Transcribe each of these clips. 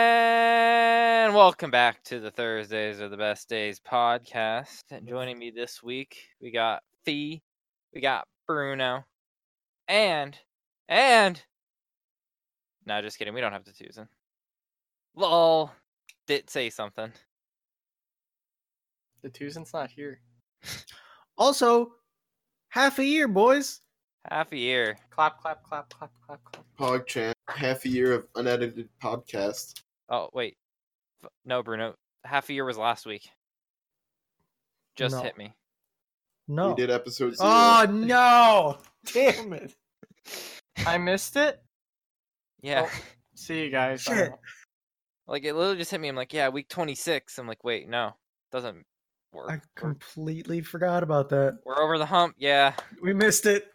And welcome back to the Thursdays are the Best Days podcast. And joining me this week, we got Fee, we got Bruno, and, and, no, just kidding. We don't have to choose him. Lol, did say something. The Tucson's not here. Also, half a year, boys. Half a year. Clap, clap, clap, clap, clap, clap. Pog Chan, half a year of unedited podcast. Oh, wait. F- No, Bruno, half a year was last week. Just No. hit me. No. We did episode zero. Oh no! Damn it! I missed it. Yeah. See you guys. I Shit. don't know. Like, it literally just hit me. I'm like, yeah, week 26. I'm like, wait, no, doesn't work. I We're- completely forgot about that. We're over the hump. Yeah. We missed it.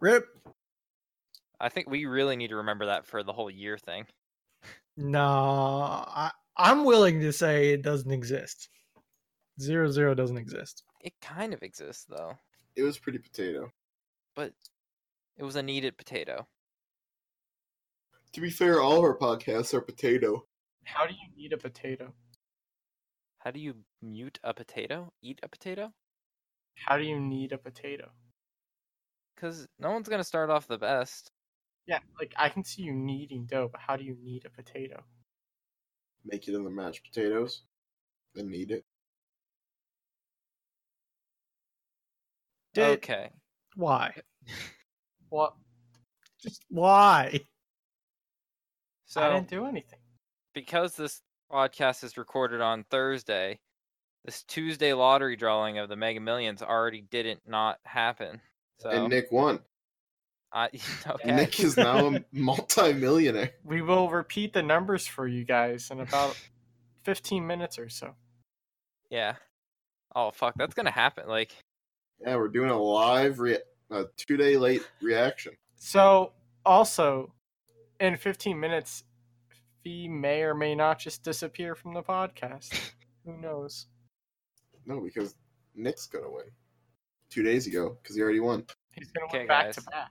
Rip. I think we really need to remember that for the whole year thing. No, I, I'm willing to say it doesn't exist. Zero zero doesn't exist. It kind of exists though, It was pretty potato. but it was a needed potato. To be fair, all of our podcasts are potato. How do you eat a potato? How do you mute a potato? Eat a potato? How do you need a potato? Cuz no one's going to start off the best. Yeah, like I can see you kneading dough, but how do you need a potato? Make it in the mashed potatoes. Then need it. Did, Okay. Why? What? Just why? So I didn't do anything. because this podcast is recorded on Thursday, this Tuesday lottery drawing of the Mega Millions already didn't not happen. So And Nick won. I And okay. Nick is now a multi-millionaire. We will repeat the numbers for you guys in about 15 minutes or so. Yeah. Oh fuck, that's going to happen like Yeah, we're doing a live, rea- a two-day late reaction. So, also, in 15 minutes, Fee may or may not just disappear from the podcast. Who knows? No, because Nick's gonna win. Two days ago, because he already won. He's going to Okay, win back to guys. back.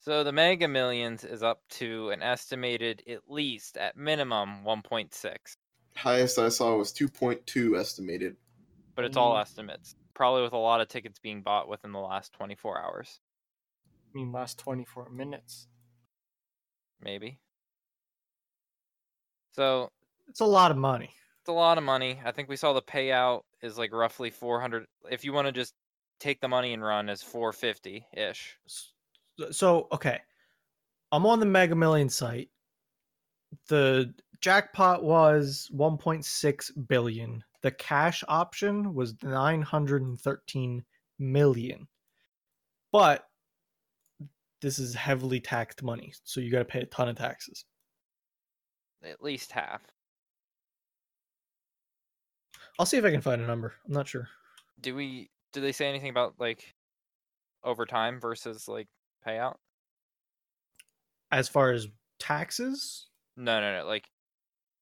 So the Mega Millions is up to an estimated at least at minimum 1.6, Highest I saw was 2.2 estimated. but it's all Mm. estimates. Probably with a lot of tickets being bought within the last 24 hours, I mean, last 24 minutes. maybe. So It's a lot of money. it's a lot of money. I think we saw the payout is like roughly 400 if you want to just take the money and run is 450 ish. S- So okay, I'm on the Mega Million site. The jackpot was 1.6 billion. The cash option was 913 million. But this is heavily taxed money, so you got to pay a ton of taxes. At least half. I'll see if I can find a number. I'm not sure. Do we do they say anything about like overtime versus like payout? As far as taxes, No, no, no. Like,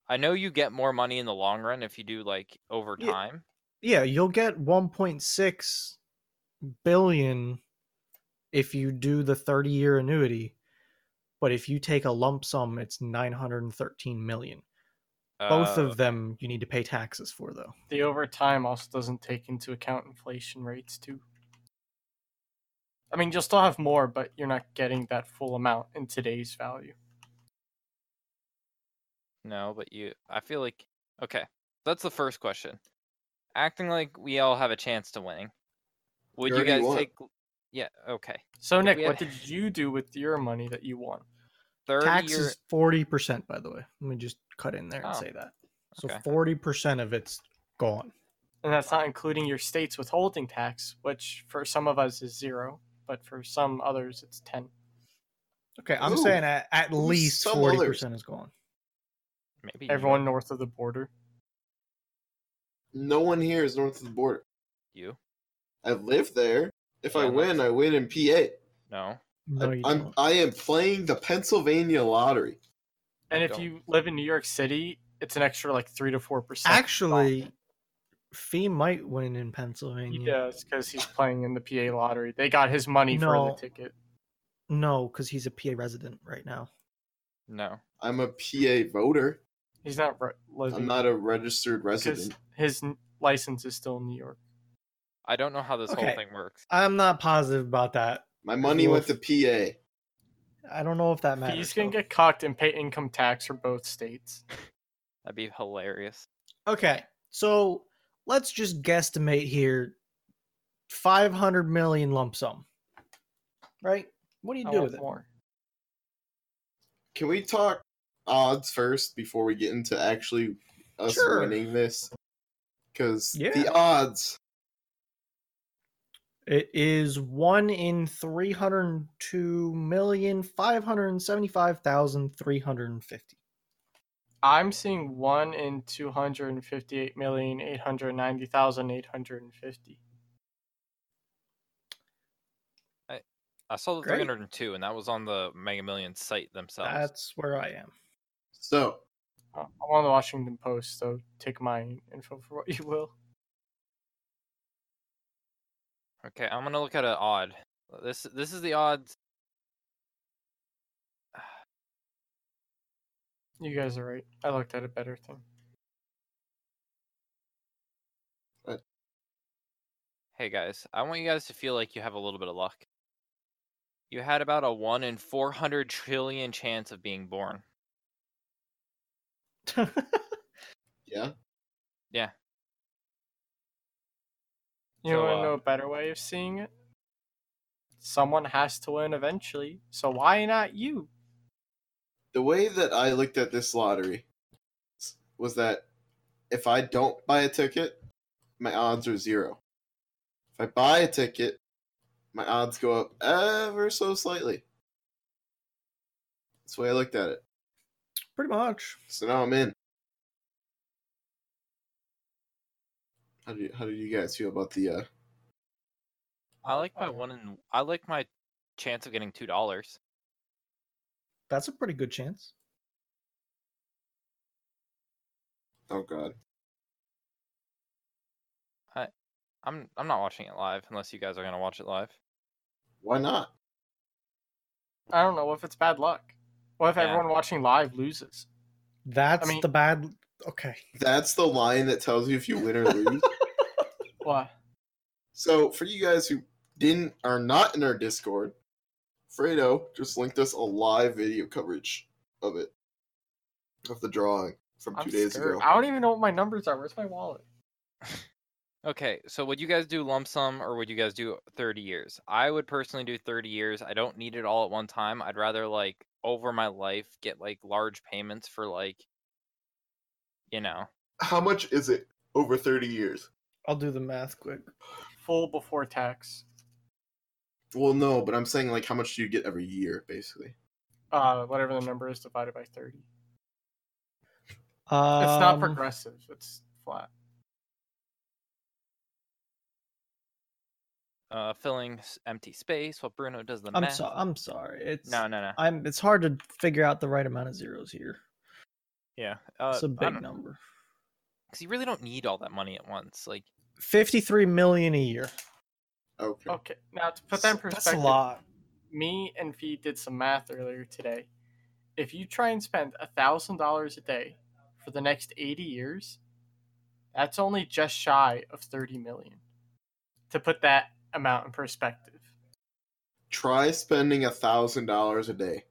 I know you get more money in the long run if you do like over Yeah. time. yeah, you'll get 1.6 billion if you do the 30 year annuity, but if you take a lump sum, it's 913 million. Both Uh, of them you need to pay taxes for, though. The overtime also doesn't take into account inflation rates, too. I mean, you'll still have more, but you're not getting that full amount in today's value. no, but you. I feel like okay. That's the first question. Acting like we all have a chance to winning. Would you already guys won. take? Yeah. Okay. So, If Nick, we had- what did you do with your money that you won? Thirty Tax year. is 40%, by the way. Let me just cut in there and Oh, say that. So okay. 40% of it's gone. And that's not including your state's withholding tax, which for some of us is zero, but for some others it's 10. Okay, I'm Ooh. saying at, at Ooh, least some 40% others. is gone. Maybe you- Everyone north of the border. No one here is north of the border. You. I live there. If I Yeah, win, I win in PA. No. No, I, you I'm don't. I am playing the Pennsylvania lottery. And I if don't. you live in New York City, it's an extra like 3 to 4%. Actually, Fee might win in Pennsylvania. he does because he's playing in the PA lottery. They got his money for No. the ticket. No, because he's a PA resident right now. No. I'm a PA voter. He's not. Re- I'm living- not a registered 'cause resident. his n- license is still in New York. I don't know how this Okay. whole thing works. I'm not positive about that. My money went to PA. I don't know if that matters. He's gonna though. get cocked and pay income tax for both states. That'd be hilarious. Okay, so let's just guesstimate here: five hundred million lump sum, right? What do you I do want with it? more. Can we talk odds first before we get into actually us Sure. winning this? Because Yeah. the odds. It is one in three hundred two million five hundred seventy-five thousand three hundred fifty. I'm seeing one in two hundred and fifty-eight million eight hundred ninety thousand eight hundred and fifty. I saw the Great. 302, and that was on the Mega Million site themselves. That's where I am. So Uh, I'm on the Washington Post, so take my info for what you will. Okay, I'm gonna look at an odd. This this is the odds. You guys are right. I looked at a better thing. Hey guys, I want you guys to feel like you have a little bit of luck. You had about a one in 400 trillion chance of being born. yeah, You So, want to uh, know a better way of seeing it? Someone has to win eventually, so why not you? the way that I looked at this lottery s- was that if I don't buy a ticket, my odds are zero. If I buy a ticket, my odds go up ever so slightly. That's the way I looked at it. Pretty much. So now I'm in. How do you, how do you guys feel about the uh I like my Oh. one in. I like my chance of getting two dollars. That's a pretty good chance. oh god. I'm I'm not watching it live unless you guys are gonna watch it live. Why not? I don't know what if it's bad luck. What if Yeah. everyone watching live loses? That's mean- the bad. Okay. That's the line that tells you if you win or lose. Why? so for you guys who didn't are not in our Discord, Fredo just linked us a live video coverage of it. Of the drawing from 2 I'm days scared. ago. I don't even know what my numbers are. Where's my wallet? Okay, so would you guys do lump sum or would you guys do 30 years? I would personally do 30 years. I don't need it all at one time. I'd rather like over my life get like large payments for like you know. How much is it over 30 years? I'll do the math quick. Full before tax. Well, no, but I'm saying like how much do you get every year basically? Uh, whatever the number is divided by thirty. Um, It's not progressive. It's flat. Uh, filling s- empty space while Bruno does the I'm math. so, I'm sorry. It's No, no, no. I'm. It's hard to figure out the right amount of zeros here. Yeah. Uh, it's a I big don't know, number. 'cause you really don't need all that money at once. Like Fifty-three million a year. Okay. Oh. Okay. Now to put that in That's perspective, a lot. me and V did some math earlier today. If you try and spend a thousand dollars a day for the next eighty years, that's only just shy of thirty million. To put that amount in perspective, try spending a thousand dollars a day.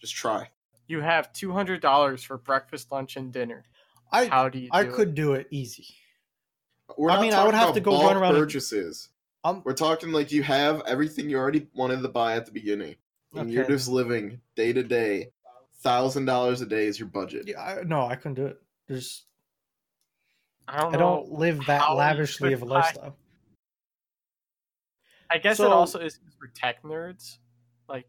Just try. you have two hundred dollars for breakfast, lunch, and dinner. I How do you? Do I it? could do it easy. We're I not mean, I talking would have about to go bulk run around and- purchases. Um, We're talking like you have everything you already wanted to buy at the beginning, and you're Okay. just living day to day. Thousand dollars a day is your budget. yeah, I, no, I couldn't do it. There's I don't. I know. don't live that how you lavishly could of a buy- lifestyle. I guess it So- also is for tech nerds. Like,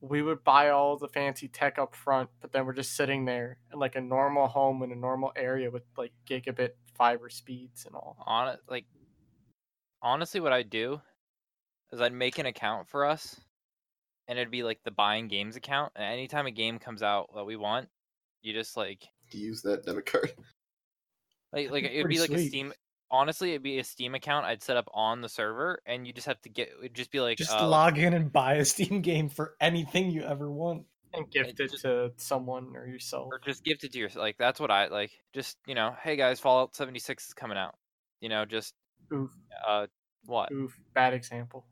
we would buy all the fancy tech up front, but then we're just sitting there in like a normal home in a normal area with like gigabit fiber speeds and all. on like honestly what I'd do is I'd make an account for us and it'd be like the buying games account and anytime a game comes out that we want, you just like To use that debit card. like like be it'd pretty be like a sweet. Steam honestly it'd be a Steam account I'd set up on the server and you just have to get it'd just be like Just uh, log in and buy a Steam game for anything you ever want. and gift it just- to someone or yourself. or just gift it to yourself. Like that's what I like. Just you know, hey guys, Fallout 76 is coming out. You know, just Oof, uh, what? oof, bad example.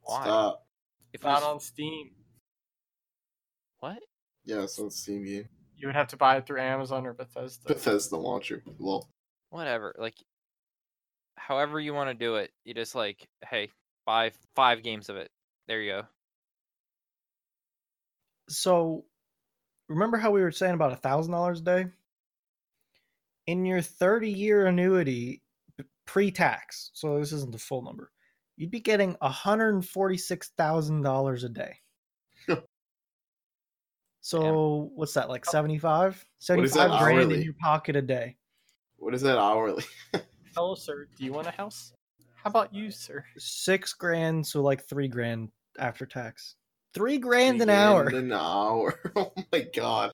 Why? Stop. If it Not was- on Steam. what? Yeah, so it's Steam game. You would have to buy it through Amazon or Bethesda. Bethesda launcher. Lol. Whatever. Like, however you want to do it, you just like, hey, buy five games of it. There you go. so remember how we were saying about a thousand dollars a day in your 30 year annuity b- pre-tax so this isn't the full number you'd be getting $146000 a day so what's that like 75 Oh. is that 75 grand in hourly? your pocket a day What is that hourly? Hello, sir. Do you want a house? How about you, sir? six grand so like three grand after tax three grand an Three hour grand An hour. Oh my god.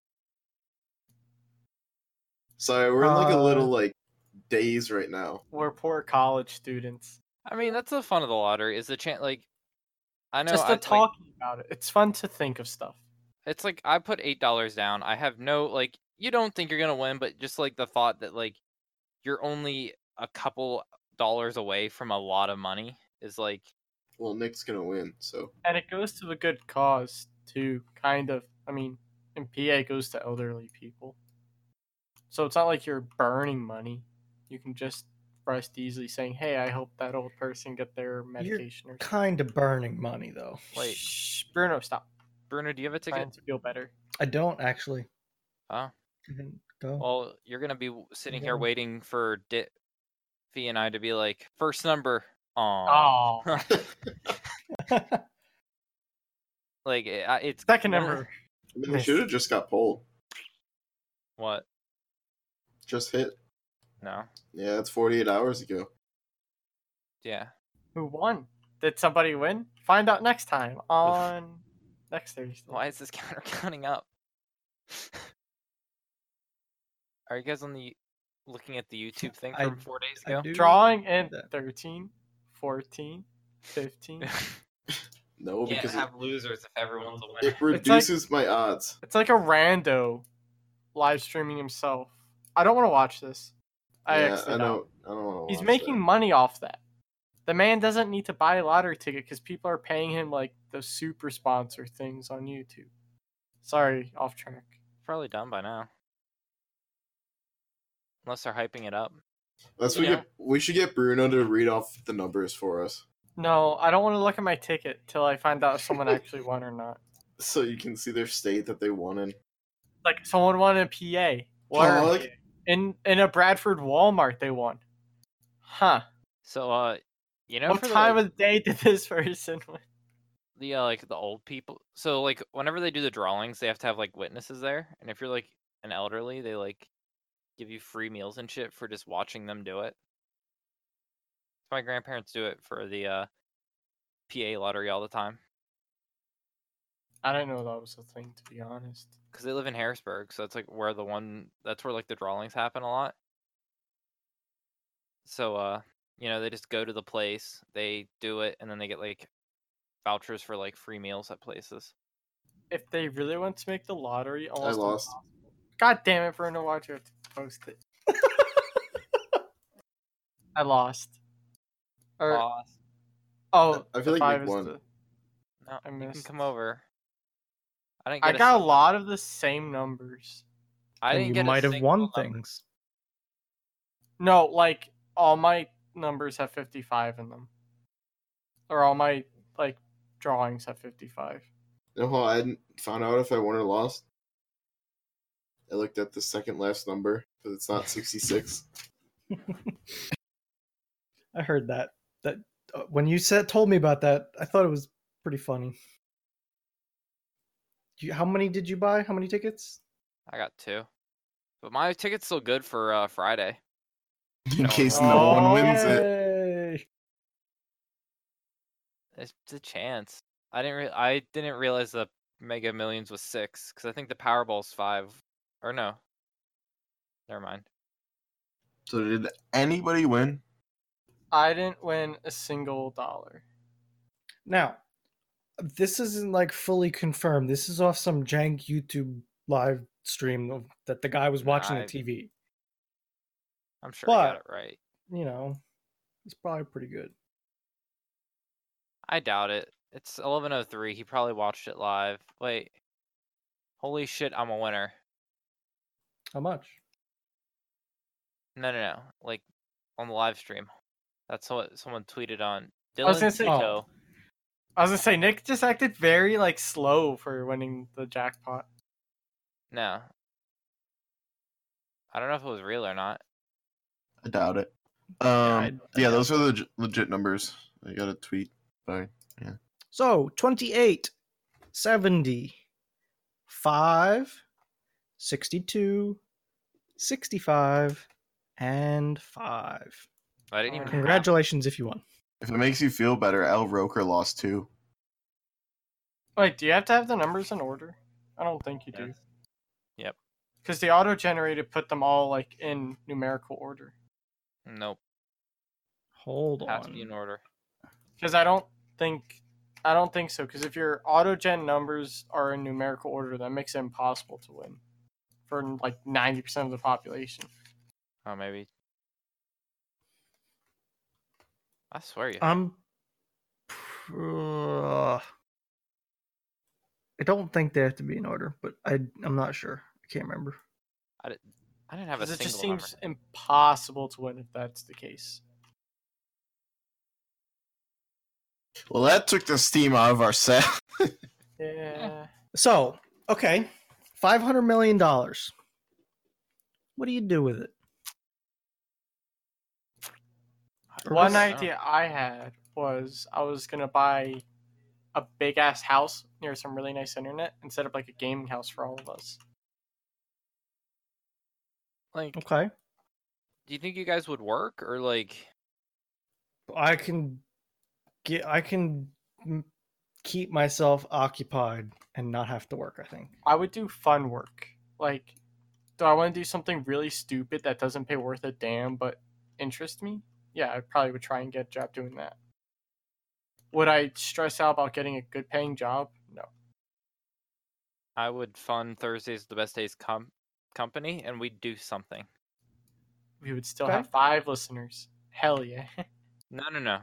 Sorry, we're in like a Uh, little like daze right now. We're poor college students. I mean, that's the fun of the lottery is the chance. Like, I know Just I, the like, talking about it. It's fun to think of stuff. it's like I put eight dollars down. I have no like. You don't think you're gonna win, but just like the thought that like you're only a couple dollars away from a lot of money is like Well, Nick's gonna win, so And it goes to a good cause, too, kind of. I mean, and PA goes to elderly people. So it's not like you're burning money. You can just rest easily saying, hey, I helped that old person get their medication or something. kind of burning money though Wait. Shh, Bruno, stop. Bruno, do you have a ticket? Trying to feel better. i don't actually Huh? I didn't go. Oh. Well, you're gonna be w- sitting here Yeah. waiting for Di- Fee and I to be like first number. Aw. Oh, like it, I- it's second one of number. I mean, they should have just got pulled. the- What? Just hit. No. Yeah, that's 48 hours ago. Yeah. Who won? Did somebody win? Find out next time on next Thursday. Why is this counter counting up? Are you guys on the looking at the YouTube thing I- from four days I ago? do- Drawing in that. 13, 14, 15. No, because it, losers if everyone's a it reduces my odds. It's like a rando live streaming himself. I don't want to watch this. I yeah, actually don't. I don't. I don't want to. He's making money off that. The man doesn't need to buy a lottery ticket because people are paying him like those super sponsor things on YouTube. Sorry, off track. Probably done by now. Unless they're hyping it up. That's we Yeah. get. We should get Bruno to read off the numbers for us, No, I don't want to look at my ticket till I find out if someone actually won or not. so you can see their state that they won in. Like someone won in PA. What are Plug. they? in in a Bradford Walmart they won. Huh. So, uh, you know, what for the, time like, of the day did this person win? the uh, like the old people. So, like, whenever they do the drawings, they have to have like witnesses there, and if you're like an elderly, they like give you free meals and shit for just watching them do it. My grandparents do it for the uh, PA lottery all the time I didn't know that was a thing to be honest. because they live in Harrisburg, so that's like where the one that's where like the drawings happen a lot. So, uh, you know, they just go to the place, they do it, and then they get like vouchers for like free meals at places. If they really want to make the lottery almost lost. impossible. God damn it, Bruno, why'd you have to post it? I lost. Or, Boss. oh, I feel the like five Nick is won. the- No, I you can missed. come over. I didn't. Get I a got a sing- lot of the same numbers. I Then didn't you get. might a have won single number. things. No, like all my numbers have 55 in them. Or all my like drawings have 55. You know how I didn't found out if I won or lost? I looked at the second last number because it's not 66. I heard that. That uh, when you said told me about that, I thought it was pretty funny. You, how many did you buy? How many tickets? I got two, but my ticket's still good for uh, Friday. In case no one wins it. It's a chance. I didn't. Re- I didn't realize the Mega Millions was six because I think the Powerball's five, or no. Never mind. So did anybody win? I didn't win a single dollar. Now, this isn't like fully confirmed. This is off some jank YouTube live stream of, that the guy was watching on Live. TV. I'm sure I got But- it right. You know, it's probably pretty good. I doubt it. It's 11:03. He probably watched it live. Wait. Holy shit! I'm a winner. How much? No, no, no. Like on the live stream. That's what someone tweeted on. Dylan was gonna say- Zico. I was gonna say Nick just acted very like slow for winning the jackpot. No. I don't know if it was real or not. I doubt it. I- Um, yeah, those are the leg- legit numbers. I got a tweet. Sorry. So 28, 70, 5, 62, 65, and 5. I didn't even. Congratulations. Congratulations if you won. If it makes you feel better, Al Roker lost too. Wait, do you have to have the numbers in order? I don't think you do. Yes. Yep. Because the auto generated put them all like in numerical order. Nope. Hold Has to be in on. order. Because I don't think I don't think so. Because if your auto gen numbers are in numerical order, that makes it impossible to win for like ninety percent of the population. Oh, maybe. I swear Um, you. I'm. Uh, I don't think they have to be in order, but I, I'm not sure. I can't remember. I didn't have a 'Cause it single just number. seems impossible to win if that's the case. Well, that took the steam out of our set. Yeah. So, okay. $500 million. What do you do with it? Or One was- night- idea I had was I was gonna buy a big ass house near some really nice internet and set up like a gaming house for all of us. Like, Okay. do you think you guys would work or like? I can get I can m- keep myself occupied and not have to work, I think. I would do fun work. Like, do I want to do something really stupid that doesn't pay worth a damn but interest me? Yeah, I probably would try and get a job doing that. Would I stress out about getting a good paying job? No. I would fund Thursdays the best days com- company, and we'd do something. We would still Okay. have five listeners. Hell yeah. No, no, no.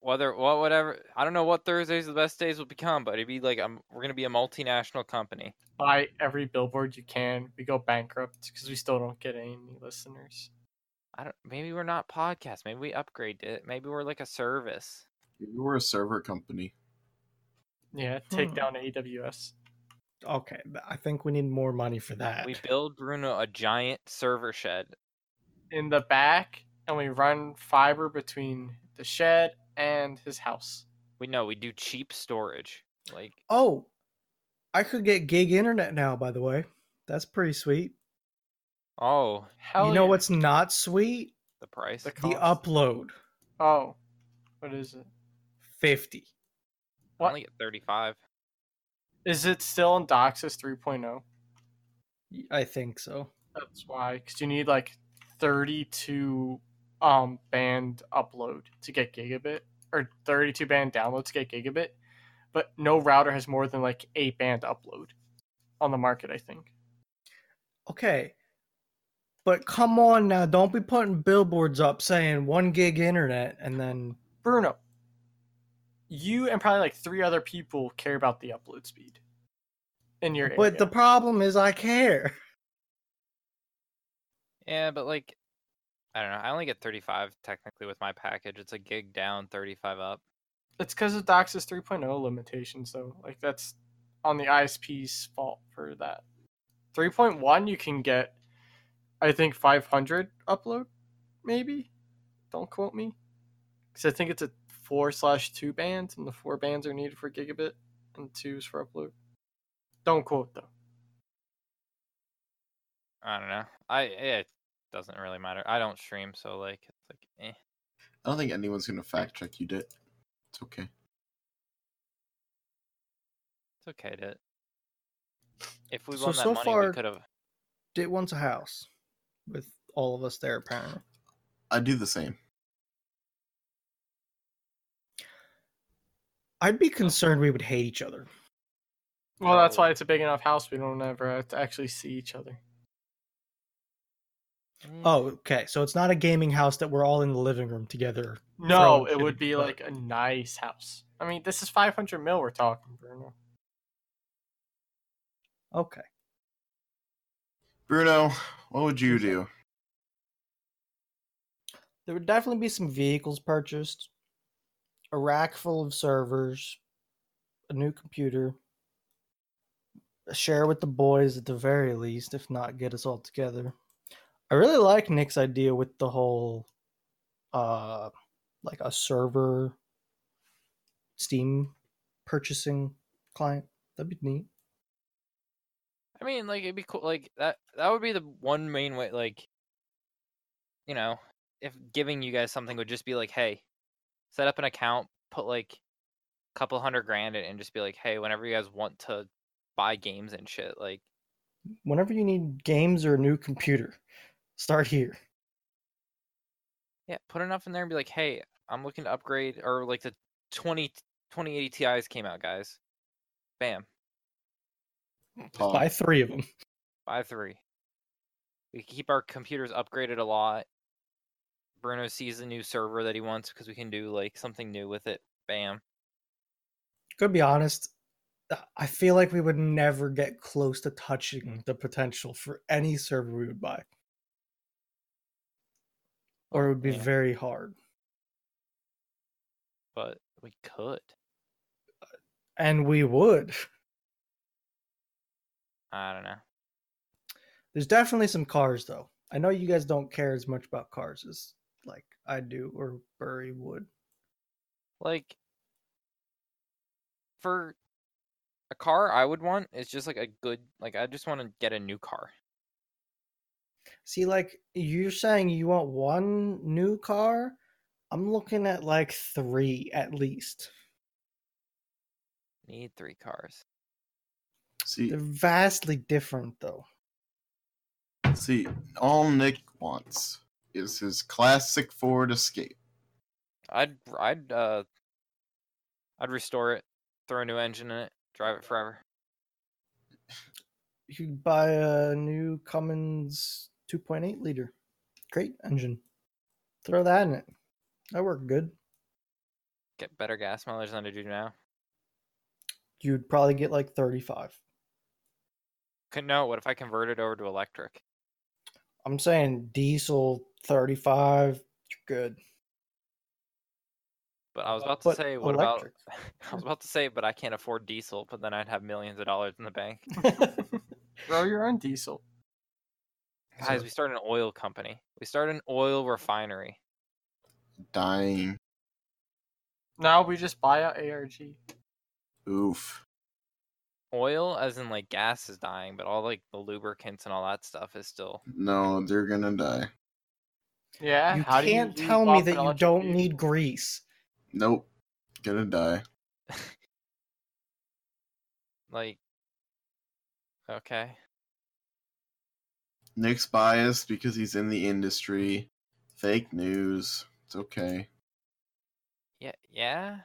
Whether what, whatever. I don't know what Thursdays the best days will become, but it'd be like um we're gonna be a multinational company. Buy every billboard you can. We go bankrupt because we still don't get any listeners. I don't. Maybe we're not podcast. Maybe we upgrade it. Maybe we're like a service. You were a server company. Yeah, take Hmm. down AWS. Okay, but I think we need more money for that. We build Bruno a giant server shed. in the back and we run fiber between the shed and his house. We know we do cheap storage. Like Oh, I could get gig internet now, by the way. That's pretty sweet. oh Hell you know yeah. what's not sweet? the price. The The Cost. upload. Oh, what is it? 50. I What? only get thirty five. Is it still in DOCSIS 3.0? I think so. oh? That's why, because you need like 32 um band upload to get gigabit or 32 band download to get gigabit, but no router has more than like eight band upload on the market. I think. Okay. But come on now, don't be putting billboards up saying 1 gig internet and then Bruno, you and probably like three other people care about the upload speed in your area. But the problem is I care. Yeah, but like I don't know. I only get thirty five technically with my package. It's a gig down, thirty five up. it's because of DOCSIS 3.0 limitations, though. Like that's on the ISP's fault for that. 3.1, you can get, I think, 500 upload, maybe. Don't quote me, because I think it's a four slash two band, and the four bands are needed for gigabit, and two is for upload. Don't quote though. I don't know. I it doesn't really matter. I don't stream, so like it's like eh. I don't think anyone's gonna fact check you did. It's okay. It's okay to. If we So, won that so money, far- we could have. It wants a house with all of us there, apparently. I do the same. I'd be concerned we would hate each other. Well, that's why it's a big enough house. We don't ever have to actually see each other. eh, Oh, okay. So it's not a gaming house that we're all in the living room together. No, Throwing it would shitty be butt. like a nice house. I mean, this is 500 mil we're talking, Bruno. Okay. Bruno, what would you do? There would definitely be some vehicles purchased, a rack full of servers, a new computer, share with the boys at the very least, if not get us all together. I really like Nick's idea with the whole, uh, like a server Steam purchasing client. That'd be neat. I mean, like it'd be cool. Like that. That would be the one main way. Like, you know, if giving you guys something would just be like, hey, set up an account, put like a couple hundred grand in, it, and just be like, hey, whenever you guys want to buy games and shit, like, Whenever you need games or a new computer, start here. yeah, put enough in there and be like, hey, I'm looking to upgrade, or like the 20 2080 Ti's came out, guys. Bam, Paul? Buy three of them. buy three. We can keep our computers upgraded a lot. Bruno sees the new server that he wants because we can do like something new with it. Bam. gonna be honest uh, i feel like we would never get close to touching the potential for any server we would buy or it would be Yeah. very hard but we could. and we would I don't know. there's definitely some cars though i know you guys don't care as much about cars as like i do or burry would Like for a car I would want is just like a good like I just want to get a new car. see like you're saying you want one new car i'm looking at like three at least Need 3 cars. See, they're vastly different though see, all Nick wants is his classic Ford Escape. I'd I'd uh I'd restore it, throw a new engine in it, drive it forever. you could buy a new Cummins 2.8 liter. Great engine. Throw that in it. That worked good. Get better gas mileage than I do now. You'd probably get like 35. Could no, what if I converted over to electric? I'm saying diesel 35. You're good. But I was about to But say what electric. about I was about to say but I can't afford diesel, but then I'd have millions of dollars in the bank. Grow your own diesel. Guys, we started an oil company. We started an oil refinery. Dying. Now we just buy out ARG. Oof. oil as in like gas is dying but all like the lubricants and all that stuff is still No, they're gonna die. Yeah. you how do can't leave tell me off that an you electric don't vehicle? need grease. Nope. Gonna die. like okay Nick's biased because he's in the industry. Fake news. It's okay. yeah yeah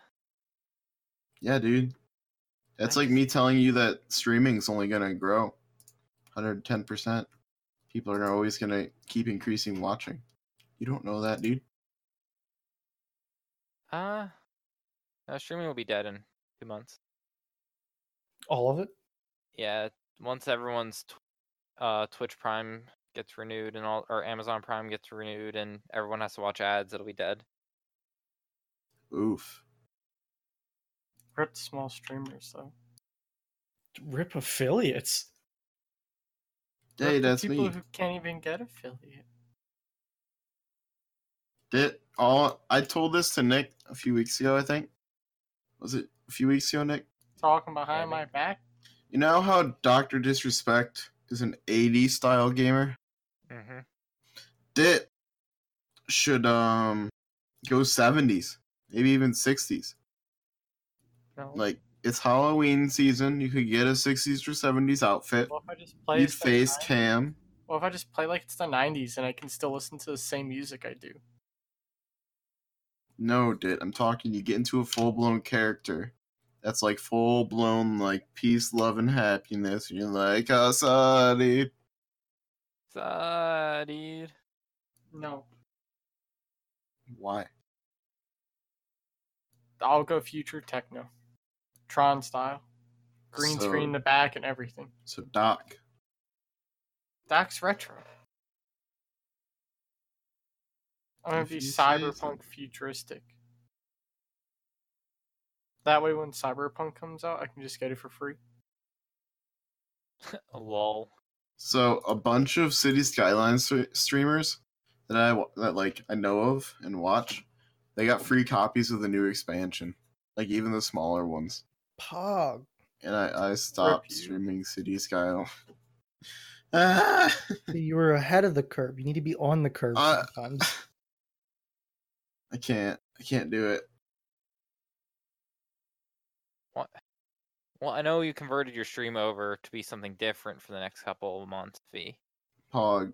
Yeah, dude. That's like me telling you that streaming's only gonna grow. 110%. People are always gonna keep increasing watching. You don't know that, dude. uh no, streaming will be dead in two months All of it. yeah once everyone's tw- uh twitch prime gets renewed and all or amazon prime gets renewed and everyone has to watch ads it'll be dead Oof. Rip small streamers though. Rip affiliates. Hey, Rip the that's people me. who can't even get affiliate. Did all I told this to Nick a few weeks ago, I think. Was it a few weeks ago, Nick? Talking behind Maybe. my back. You know how Doctor Disrespect is an AD style gamer? mm-hmm. Dit should um go seventies, maybe even sixties. No. Like it's Halloween season, you could get a sixties or seventies outfit. what if I just play? You as the face guy? cam. What if I just play like it's the 90s and I can still listen to the same music I do? No, Dit, I'm talking you get into a full blown character. that's like full blown like peace, love, and happiness. You're like, oh, sorry. Sigh, dude. No, Why? I'll go future techno, Tron style, green So- screen in the back and everything. So Doc, That's retro. I'm gonna If be you say so. cyberpunk futuristic. That way, when cyberpunk comes out, I can just get it for free. Lol. So a bunch of City Skyline stre- streamers that I wa- that like I know of and watch, they got free copies of the new expansion, like even the smaller ones. Pog. And I I stopped you. streaming City Skyline. Ah! You were ahead of the curve. You need to be on the curve Uh, sometimes. I can't I can't do it. Well, I know you converted your stream over to be something different for the next couple of months. V, Pog.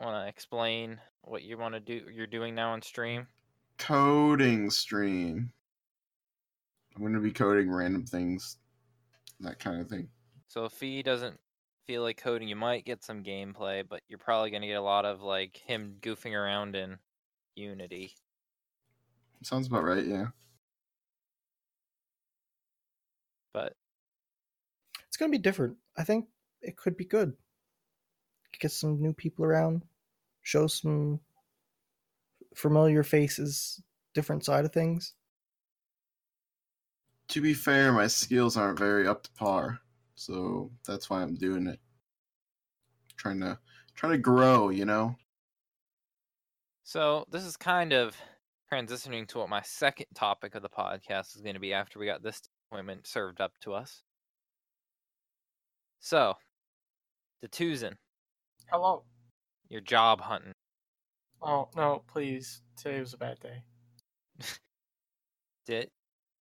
want to explain what you want to do? You're doing now on stream. coding stream. I'm gonna be coding random things, that kind of thing. So if he doesn't feel like coding, you might get some gameplay, but you're probably gonna get a lot of like him goofing around in Unity. Sounds about right, yeah. But it's going to be different. I think it could be good. Get some new people around, show some familiar faces, different side of things. To be fair, my skills aren't very up to par, so that's why I'm doing it. Trying to trying to grow, you know. So this is kind of transitioning to what my second topic of the podcast is going to be after we got this appointment served up to us. So, the Tucson, Hello. your job hunting. Oh no, please. Today was a bad day. Did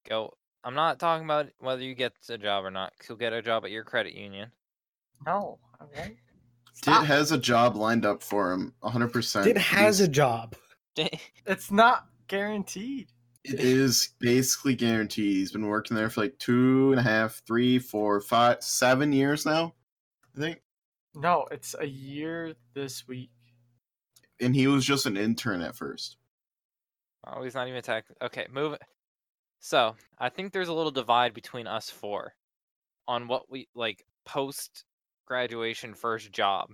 go. I'm not talking about whether you get a job or not. 'cause You'll get a job at your credit union. No, I won't. Dit Stop. has a job lined up for him, 100%. It Ah. has a job. it's not guaranteed. It is basically guaranteed. He's been working there for like two and a half, three, four, five, seven years now, I think. No, it's a year this week. And he was just an intern at first. Oh, he's not even attacked. Okay, move. it. So I think there's a little divide between us four on what we like post graduation first job.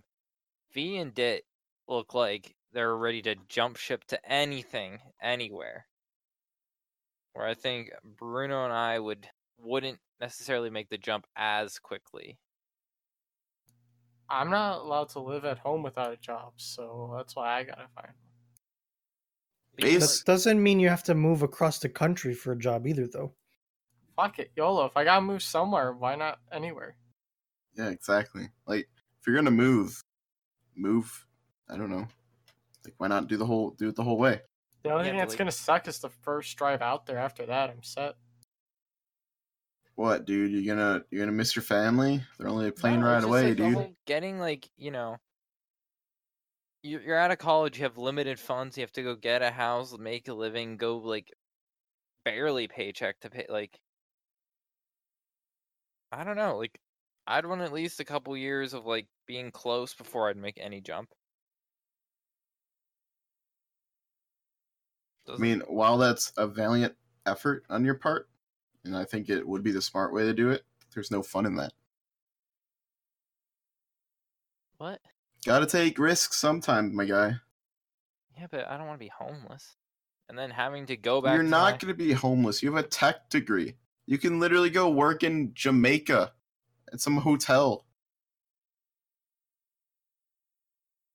V and Dit look like they're ready to jump ship to anything, anywhere. Where I think Bruno and I would wouldn't necessarily make the jump as quickly. I'm not allowed to live at home without a job, so that's why I gotta find one. That Base- It's- doesn't mean you have to move across the country for a job either, though. Fuck it, YOLO. If I gotta move somewhere, why not anywhere? Yeah, exactly. Like if you're gonna move, move. I don't know. Like why not do the whole do it the whole way? The only Yeah, thing but, that's like- gonna suck is the first drive out there. After that, I'm set. What, dude? You're gonna you're gonna miss your family? They're only a plane No, it's ride just, away, like, the dude. whole Getting like you know, you- you're out of college. You have limited funds. You have to go get a house, make a living, go like barely paycheck to pay. Like I don't know. Like I'd want at least a couple years of like being close before I'd make any jump. I Doesn't- mean, while that's a valiant effort on your part, and I think it would be the smart way to do it, there's no fun in that. what? Gotta take risks sometimes, my guy. Yeah, but I don't want to be homeless. And then having to go back. You're to not my- gonna be homeless. You have a tech degree. You can literally go work in Jamaica at some hotel.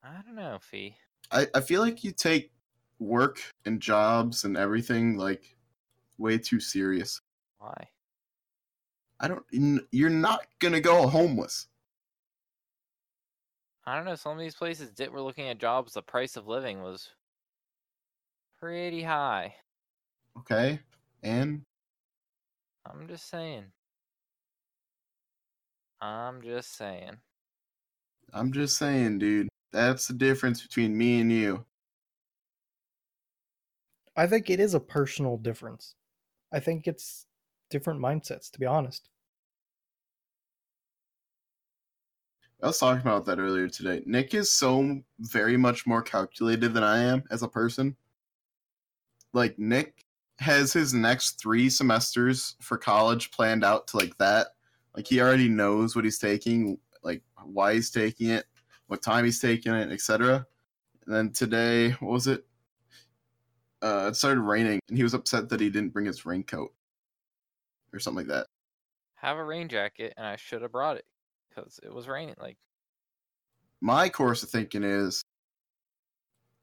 I don't know, Fee. I, I feel like you take work and jobs and everything like way too serious. Why? I don't. n- You're not gonna go homeless. I don't know. Some of these places that were looking at jobs, the price of living was pretty high. Okay, and I'm just saying. I'm just saying. I'm just saying, dude, that's the difference between me and you. I think it is a personal difference. I think it's different mindsets, to be honest. I was talking about that earlier today. Nick is so very much more calculated than I am as a person. Like Nick has his next 3 semesters for college planned out to like that. Like he already knows what he's taking, like why he's taking it, what time he's taking it, etc. And then today, what was it? Uh, it started raining, and he was upset that he didn't bring his raincoat or something like that. Have a rain jacket, and I should have brought it because it was raining. Like, My course of thinking is,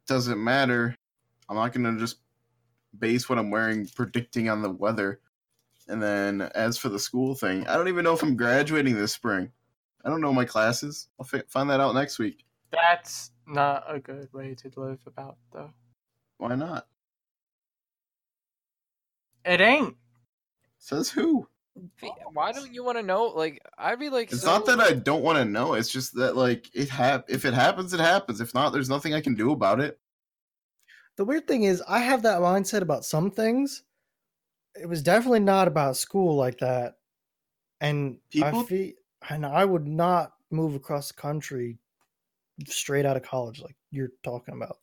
doesn't matter. I'm not gonna just base what I'm wearing predicting on the weather. And then as for the school thing, I don't even know if I'm graduating this spring. I don't know my classes. I'll fi- find that out next week. That's not a good way to live about, though. Why not? It ain't. Says who? fe- why don't you want to know? Like, I'd be like, It's so- not that I don't want to know. It's just that like it hap- if it happens, it happens. If not, there's nothing I can do about it. The weird thing is, I have that mindset about some things. It was definitely not about school like that, and I People- fe- and I would not move across the country straight out of college like you're talking about.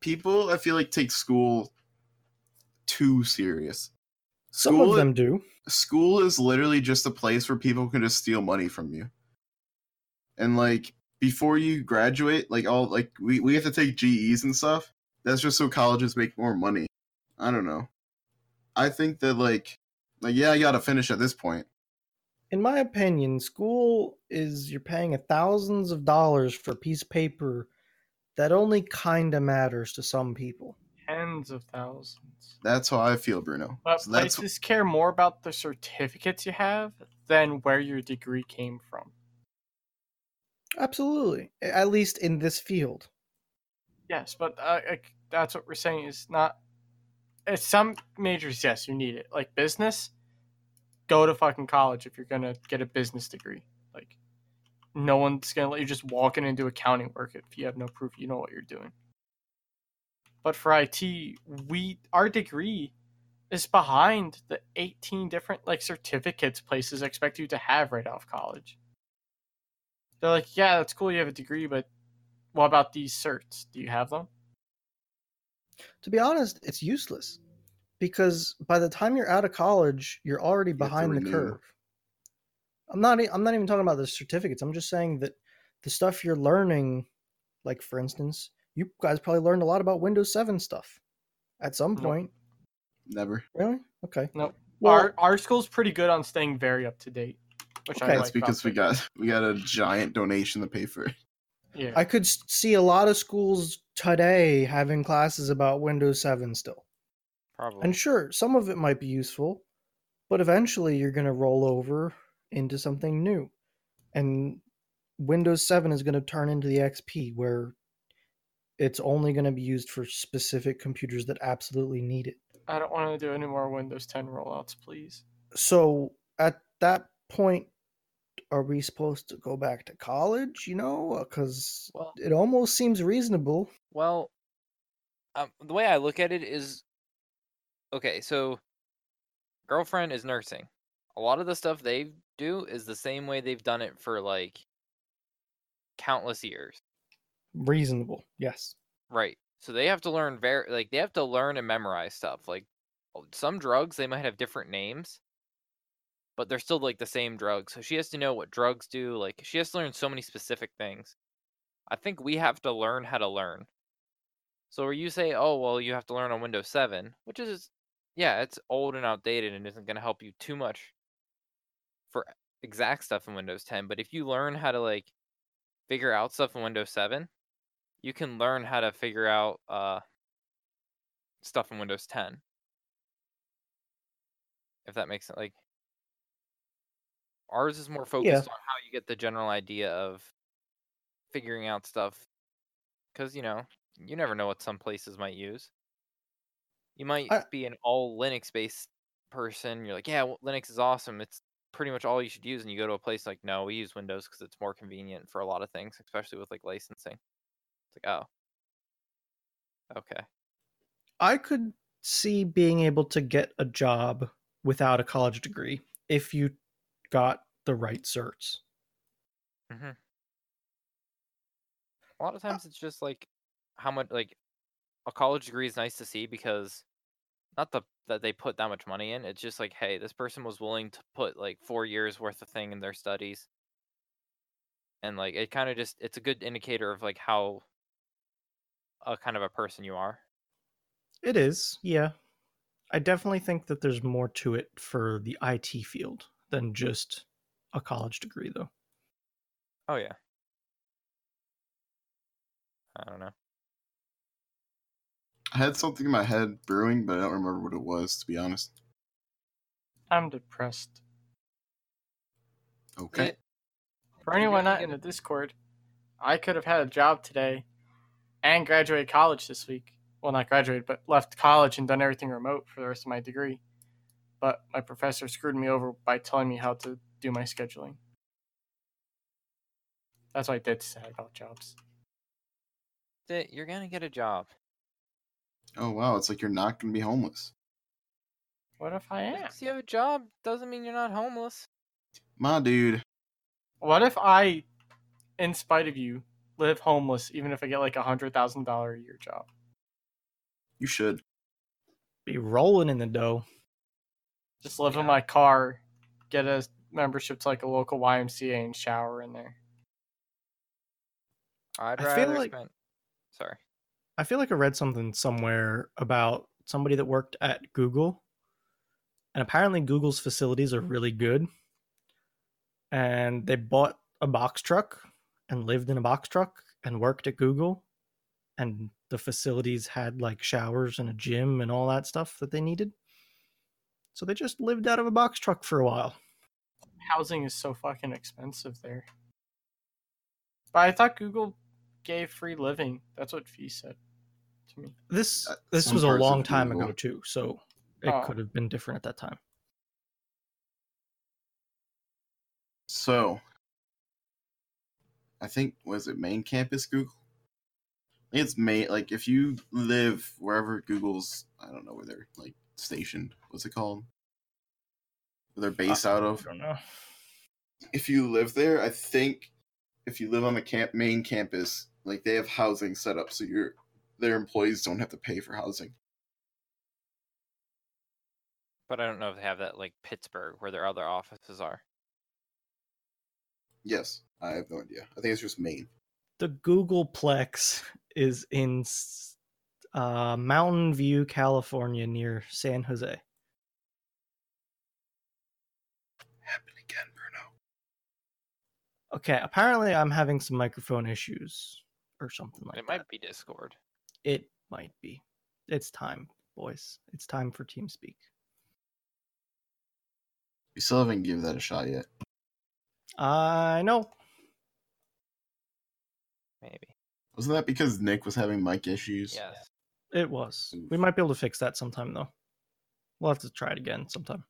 People, I feel like take school too serious. Some School, of them do. school is literally just a place where people can just steal money from you. And like before you graduate, like all like we, we have to take GEs and stuff. That's just so colleges make more money. I don't know. I think that like like yeah, I gotta finish at this point. In my opinion, school is you're paying a thousands of dollars for a piece of paper that only kind of matters to some people. Tens of thousands. That's how I feel, Bruno. But So that's places care more about the certificates you have than where your degree came from. Absolutely. a- At least in this field. Yes, but uh, like, that's what we're saying is not. It's some majors, yes, you need it. Like business, go to fucking college if you're gonna get a business degree. Like, no one's gonna let you just walk in and do accounting work if you have no proof you know what you're doing. But for IT, we our degree is behind the 18 different like certificates places expect you to have right off college. They're like, yeah, that's cool, you have a degree, but what about these certs? Do you have them? To be honest, it's useless because by the time you're out of college, you're already have to behind the renew. curve. I'm not e- I'm not even talking about the certificates. I'm just saying that the stuff you're learning, like for instance, you guys probably learned a lot about Windows 7 stuff at some Nope. point. never. Really? Okay. Nope. Well, our our school's pretty good on staying very up to date, which Okay. I like. That's because we about got we got a giant donation to pay for it. it. yeah. I could s- see a lot of schools today having classes about Windows 7 still. probably. And sure, some of it might be useful, but eventually you're going to roll over into something new. And Windows 7 is going to turn into the XP where it's only going to be used for specific computers that absolutely need it. I don't want to do any more Windows 10 rollouts, please. So at that point, are we supposed to go back to college? You know, because Well- it almost seems reasonable. Well, um, the way I look at it is okay, so girlfriend is nursing. A lot of the stuff they do is the same way they've done it for like countless years. Reasonable, yes. Right. So they have to learn very like they have to learn and memorize stuff. Like o- some drugs they might have different names, but they're still like the same drugs. So she has to know what drugs do. Like she has to learn so many specific things. I think we have to learn how to learn. So where you say, "Oh, well, you have to learn on Windows 7," which is yeah, it's old and outdated and isn't going to help you too much for exact stuff in Windows 10, but if you learn how to like figure out stuff in Windows 7, you can learn how to figure out uh, stuff in Windows 10. If that makes sense, like ours is more focused on how you get the general idea of figuring out stuff, because you know you never know what some places might use. You might I- be an all Linux-based person. You're like, yeah, well, Linux is awesome. It's pretty much all you should use, and you go to a place like, no, we use Windows because it's more convenient for a lot of things, especially with like licensing. It's like, oh, okay. I could see being able to get a job without a college degree if you got the right certs. A lot of times it's just like how much like a college degree is nice to see because not the that they put that much money in. It's just like, hey, this person was willing to put like four years worth of thing in their studies. And like it kind of just it's a good indicator of like how a kind of a person you are. It is, yeah. I definitely think that there's more to it for the IT field than just a college degree, though. Oh yeah. I don't know. I had something in my head brewing, but I don't remember what it was, to be honest. I'm depressed. Okay. It- For anyone not in the Discord, I could have had a job today and graduated college this week. Well, not graduated, but left college and done everything remote for the rest of my degree. But my professor screwed me over by telling me how to do my scheduling. That's why I did say about jobs. it- you're gonna get a job. Oh wow, it's like you're not gonna be homeless. What if I Just am? 'cause you have a job doesn't mean you're not homeless. My dude. What if I, in spite of you, live homeless even if I get like a hundred thousand dollar a year job? You should. Be rolling in the dough. Just live in Yeah. my car, get a membership to like a local YMCA and shower in there. I'd I rather feel like- spend. Sorry. I feel like I read something somewhere about somebody that worked at Google. And apparently, Google's facilities are really good. And they bought a box truck and lived in a box truck and worked at Google. And the facilities had like showers and a gym and all that stuff that they needed. So they just lived out of a box truck for a while. Housing is so fucking expensive there. But I thought Google gave free living. That's what Fee said to me. This Uh, this some was a parts of long time Google. ago too, so it Oh. could have been different at that time. So I think was it main campus Google? I think it's main like if you live wherever Google's I don't know where they're like stationed, what's it called? Where they're Uh, based out of. don't know. if you live there, I think if you live on the camp main campus, like they have housing set up so your their employees don't have to pay for housing. But I don't know if they have that like Pittsburgh where their other offices are. Yes, I have no idea. I think it's just Maine. The Googleplex is in s- uh, Mountain View, California, near San Jose. Happen again, Bruno. Okay, apparently I'm having some microphone issues or something like It that. might be Discord. It might be. It's time, boys. It's time for TeamSpeak. We still haven't given that a shot yet. I know. Maybe. Wasn't that because Nick was having mic issues? Yes. It was. Oof. We might be able to fix that sometime, though. We'll have to try it again sometime.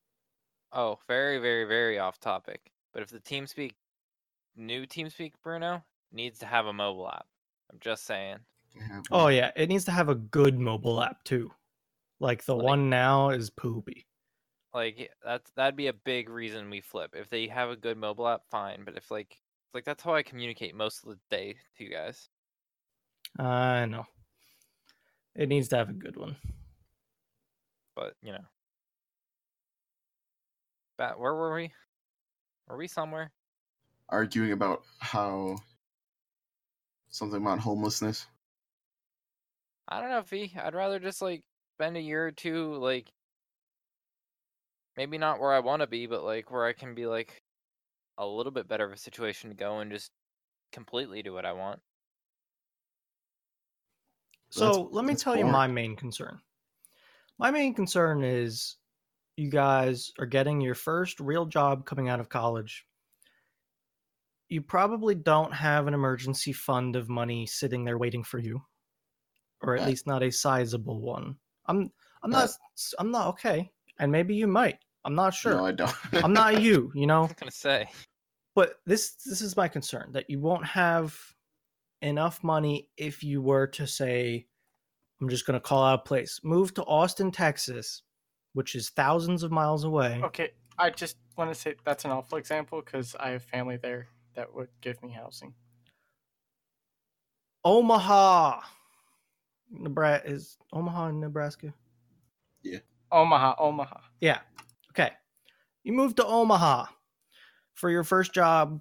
Oh, very, very, very off topic. But if the TeamSpeak new TeamSpeak Bruno needs to have a mobile app, I'm just saying. Yeah. Oh yeah, it needs to have a good mobile app too. Like the Like- one now is poopy. Like that's that'd be a big reason we flip. If they have a good mobile app, fine. But if like like that's how I communicate most of the day to you guys. I know. It needs to have a good one. But you know. Bat where were we? Were we somewhere? Arguing about how something about homelessness. I don't know, V. I'd rather just like spend a year or two, like maybe not where I want to be, but like where I can be like a little bit better of a situation to go and just completely do what I want. So That's- let me that's tell you boring. my main concern. My main concern is you guys are getting your first real job coming out of college. You probably don't have an emergency fund of money sitting there waiting for you, or at Right. least not a sizable one. I'm I'm not I'm not okay, and maybe you might. I'm not sure. No, I don't. I'm not you, you know. I was gonna say, But this this is my concern that you won't have enough money if you were to say, I'm just going to call out a place, move to Austin, Texas, which is thousands of miles away. Okay, I just want to say that's an awful example because I have family there that would give me housing. Omaha, Nebraska is Omaha in Nebraska. Omaha, Omaha. Okay. You move to Omaha for your first job.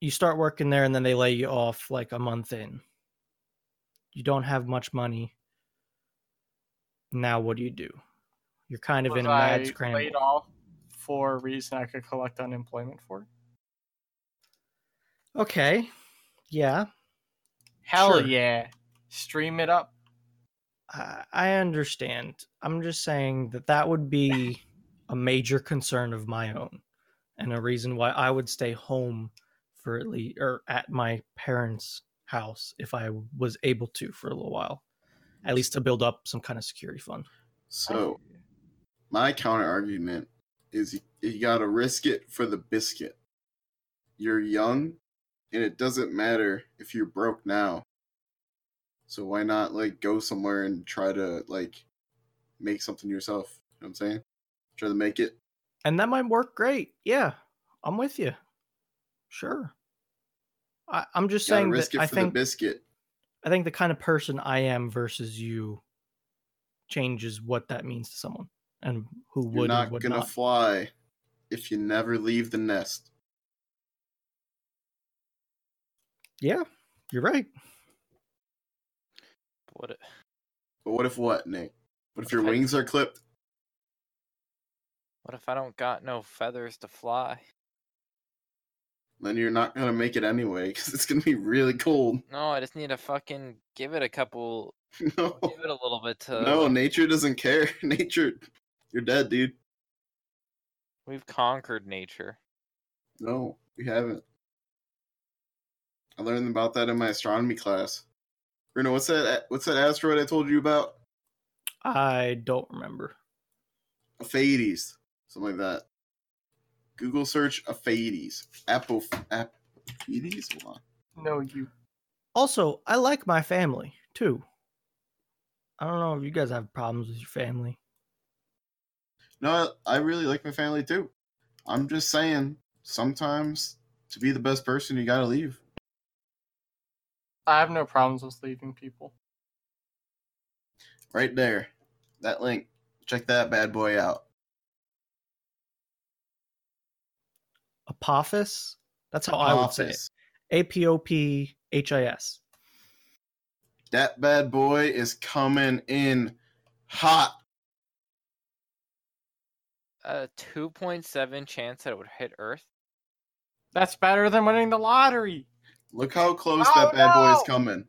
You start working there and then they lay you off like a month in. You don't have much money. Now what do you do? You're kind of Was in a mad I scramble. laid off for a reason I could collect unemployment for? Okay. Yeah. Hell Sure. yeah. Stream it up. I I understand. I'm just saying that that would be a major concern of my own and a reason why I would stay home for at least or at my parents' house if I was able to for a little while, at least to build up some kind of security fund. So my counter argument is you, you gotta risk it for the biscuit. You're young, and it doesn't matter if you're broke now. So why not like go somewhere and try to like make something yourself? You know what I'm saying? Try to make it. And that might work great. Yeah, I'm with you. Sure. I, I'm just You gotta saying that risk it I for think the biscuit. I think the kind of person I am versus you changes what that means to someone and who You're would and not would gonna not. fly if you never leave the nest. yeah, you're right. What? A- But what if what, Nick? What if your Okay. wings are clipped? What if I don't got no feathers to fly? Then you're not gonna make it anyway because it's gonna be really cold. No, I just need to fucking give it a couple, No. give it a little bit to. Oh. No, nature doesn't care. Nature, you're dead, dude. We've conquered nature. No, we haven't. I learned about that in my astronomy class. Bruno, what's that? What's that asteroid I told you about? I don't remember. Aphades, something like that. Google search Aphades. Apple Aphades. Hold on. No, you. Also, I like my family too. I don't know if you guys have problems with your family. No, I really like my family too. I'm just saying, sometimes to be the best person, you gotta leave. I have no problems with leaving people. Right there, that link. Check that bad boy out. Apophis? That's how Oh, I would say it. Office. A P O P H I S. That bad boy is coming in hot. A two point seven chance that it would hit Earth. That's better than winning the lottery. Look how close Oh, that bad boy is no! coming.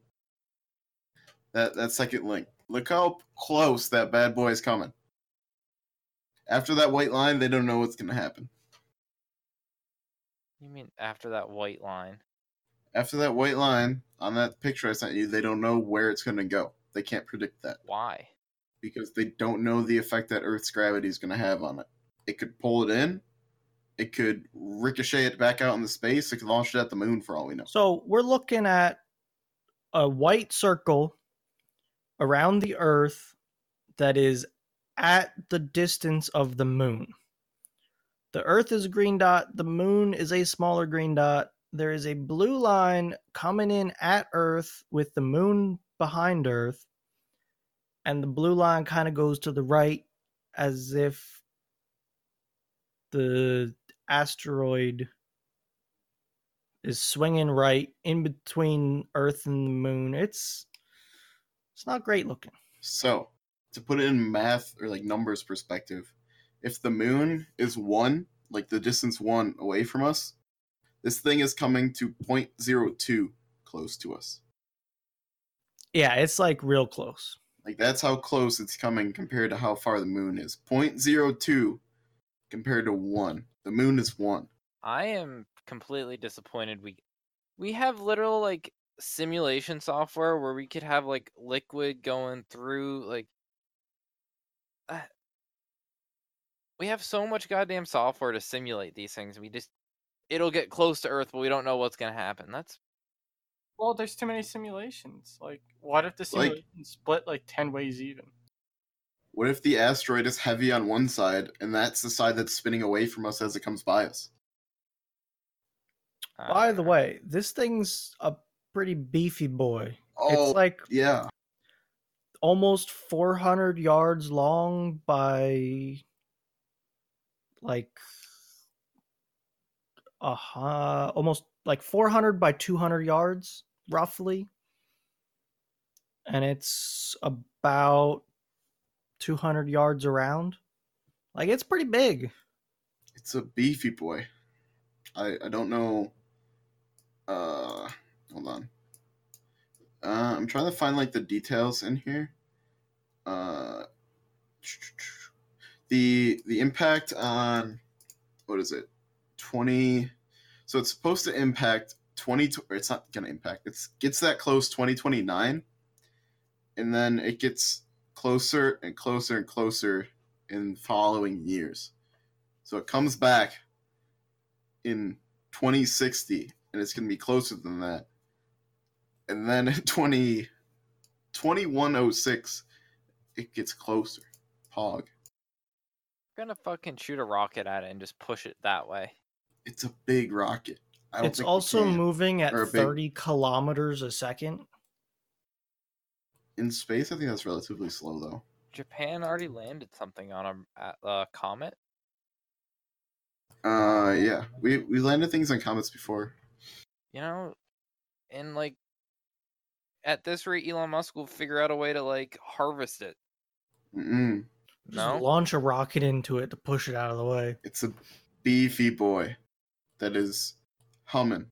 That that second link. Look how close that bad boy is coming. After that white line, they don't know what's gonna happen. You mean after that white line? After that white line on that picture I sent you, they don't know where it's gonna go. They can't predict that Why? because they don't know the effect that Earth's gravity is gonna have on it. It could pull it in. It could ricochet it back out into space. It could launch it at the moon for all we know. So we're looking at a white circle around the Earth that is at the distance of the moon. The Earth is a green dot. The moon is a smaller green dot. There is a blue line coming in at Earth with the moon behind Earth. And the blue line kind of goes to the right as if the asteroid is swinging right in between Earth and the moon. It's it's not great looking. So, to put it in math or like numbers perspective, if the moon is one, like the distance one away from us, this thing is coming to 0.02 close to us. Yeah, it's like real close. Like that's how close it's coming compared to how far the moon is. 0.02 compared to one. The moon is one. I am completely disappointed. We we have literal like simulation software where we could have like liquid going through like uh, we have so much goddamn software to simulate these things. We just it'll get close to Earth, but we don't know what's gonna happen. That's Well, there's too many simulations. Like, what if the Like- simulation split like 10 ways even? What if the asteroid is heavy on one side, and that's the side that's spinning away from us as it comes by us? By the way, this thing's a pretty beefy boy. Oh, It's like yeah. almost 400 yards long by like uh almost like 400 by 200 yards roughly and it's about 200 yards around like it's pretty big It's a beefy boy. I I don't know. Uh, hold on. Uh, I'm trying to find like the details in here. Uh, the the impact on what is it? Twenty. So it's supposed to impact twenty. tw- Or it's not gonna impact. It's gets that close twenty twenty nine, and then it gets closer and closer and closer in following years. So it comes back in 2060, and it's going to be closer than that. And then in 20, 2106, it gets closer. Pog. gonna fucking shoot a rocket at it and just push it that way. It's a big rocket. I don't it's think we also can. moving at Or a big- 30 kilometers a second in space. I think that's relatively slow, though. Japan already landed something on a, a uh, comet. Uh, yeah, we we landed things on comets before. You know, and like at this rate, Elon Musk will figure out a way to like harvest it. Mm-mm. just No? launch a rocket into it to push it out of the way It's a beefy boy that is humming.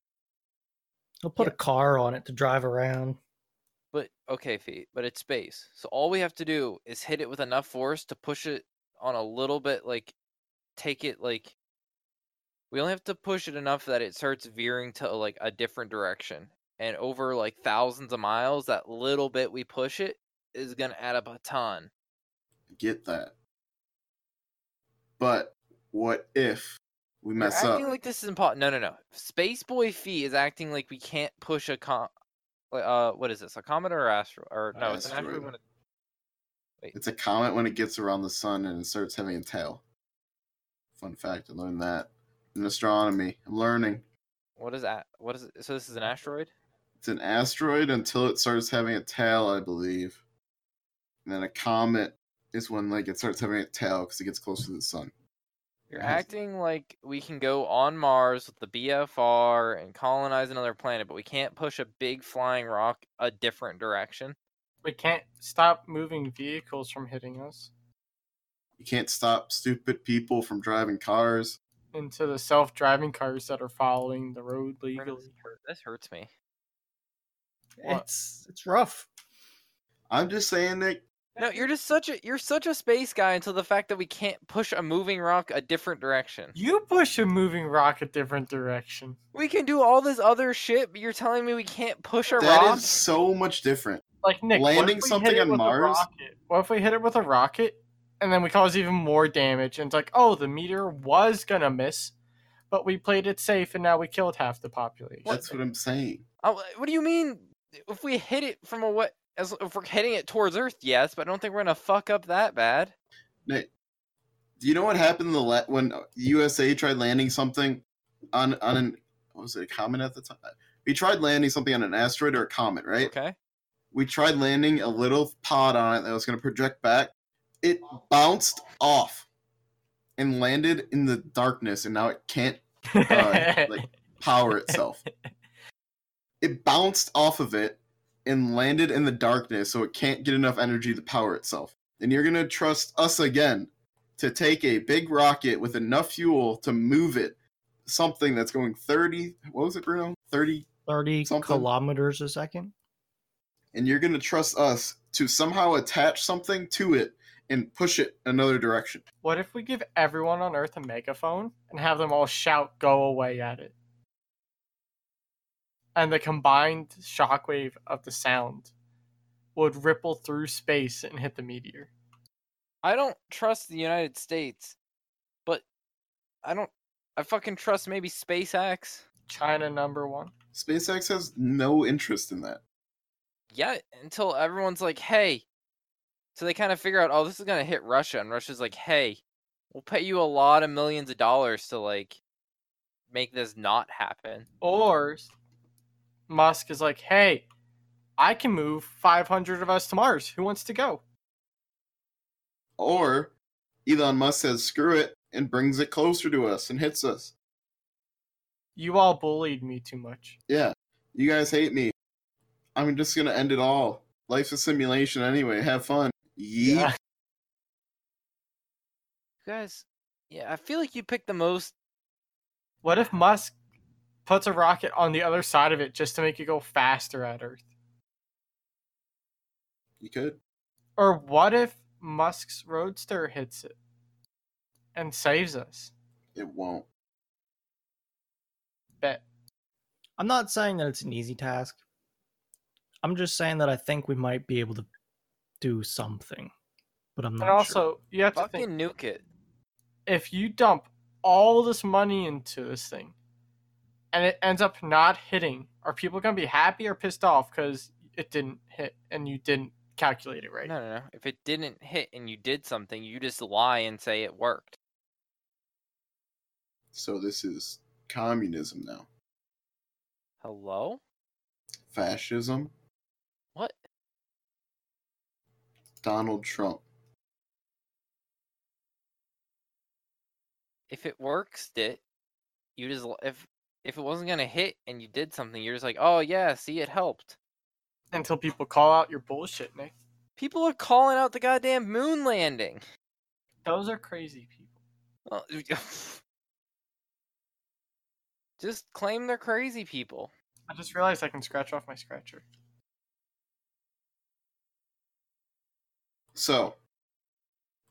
he'll put a car on it to drive around But okay, Fee, but it's space. So all we have to do is hit it with enough force to push it on a little bit, like take it like we only have to push it enough that it starts veering to like a different direction. And over like thousands of miles, that little bit we push it is gonna add up a ton. get that. But what if we You're mess up? acting like this is impossible. No, no, no. Space Boy Fee is acting like we can't push a com. like, Uh, what is this? A comet or astro? Or no, it's an Asteroid. asteroid. when it- It's a comet when it gets around the sun and it starts having a tail. Fun fact, I learned that in astronomy. I'm learning. What is that? What is it? So this is an asteroid. It's an asteroid until it starts having a tail, I believe. And then a comet is when like it starts having a tail because it gets closer to the sun. You're Yes. acting like we can go on Mars with the BFR and colonize another planet, but we can't push a big flying rock a different direction. We can't stop moving vehicles from hitting us You can't stop stupid people from driving cars. into the self-driving cars that are following the road Where does legally. This hurt- this hurts me. What? it's it's rough I'm just saying, Nick, No, you're just such a you're such a space guy until the fact that we can't push a moving rock a different direction. You push a moving rock a different direction. We can do all this other shit, but you're telling me we can't push a that rock? is so much different. Like Nick, what if Landing we hit something it on with a Mars? rocket? What if we hit it with a rocket and then we cause even more damage? And it's like, oh, the meteor was gonna miss, but we played it safe and now we killed half the population. That's what I'm saying. Oh, what do you mean? If we hit it from a what? As if we're heading it towards Earth, yes, but I don't think we're gonna fuck up that bad. Nick, do you know what happened the la- when USA tried landing something on on an what was it a comet at the time? We tried landing something on an asteroid or a comet, right? Okay. We tried landing a little pod on it that was going to project back. It bounced off and landed in the darkness, and now it can't uh, like power itself. It bounced off of it and landed in the darkness, so it can't get enough energy to power itself. And you're gonna trust us again to take a big rocket with enough fuel to move it, something that's going 30. What was it, Bruno? 30. 30 Something. kilometers a second And you're gonna trust us to somehow attach something to it and push it another direction. What if we give everyone on Earth a megaphone and have them all shout go away at it? And the combined shockwave of the sound would ripple through space and hit the meteor. I don't trust the United States, but I don't. I fucking trust maybe SpaceX. China number one. SpaceX has no interest in that. Yeah, until everyone's like, "Hey, So they kind of figure out, oh, this is gonna hit Russia, and Russia's like, hey, we'll pay you a lot of millions of dollars to like make this not happen. Or Musk is like, hey, I can move 500 of us to Mars. Who wants to go? Or Elon Musk says, screw it, and brings it closer to us and hits us. You all bullied me too much. Yeah, you guys hate me. I'm just going to end it all. Life's a simulation anyway. Have fun. Yeet. Yeah. You guys, yeah, I feel like you picked the most. What if Musk puts a rocket on the other side of it just to make it go faster at Earth? You could. Or what if Musk's Roadster hits it and saves us? It won't. Bet. I'm not saying that it's an easy task. I'm just saying that I think we might be able to do something, but I'm not And sure. also, you have to think Fucking nuke it. if you dump all this money into this thing and it ends up not hitting, are people going to be happy or pissed off because it didn't hit and you didn't calculate it right? No, no, no. If it didn't hit and you did something, you just lie and say it worked. So this is communism now. Hello? Fascism. What? Donald Trump. If it works, it you just li- if if it wasn't gonna hit and you did something, you're just like, oh yeah, see, it helped. Until people call out your bullshit, Nick. People are calling out the goddamn moon landing. Those are crazy people. Well, Just claim they're crazy people. I just realized I can scratch off my scratcher. So,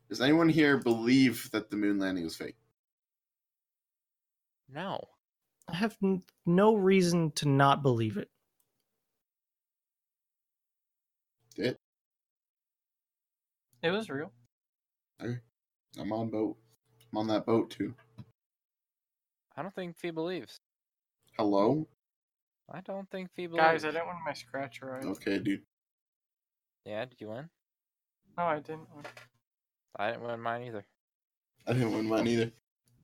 does anyone here believe that the moon landing was fake? No. I have n- no reason to not believe it. It was real. I'm on boat. I'm on that boat too. I don't think Fee believes. Hello? I don't think Fee believes. Guys, I didn't win my scratcher right. Okay, dude. Yeah, did you win? No, I didn't win. I didn't win mine either. I didn't win mine either.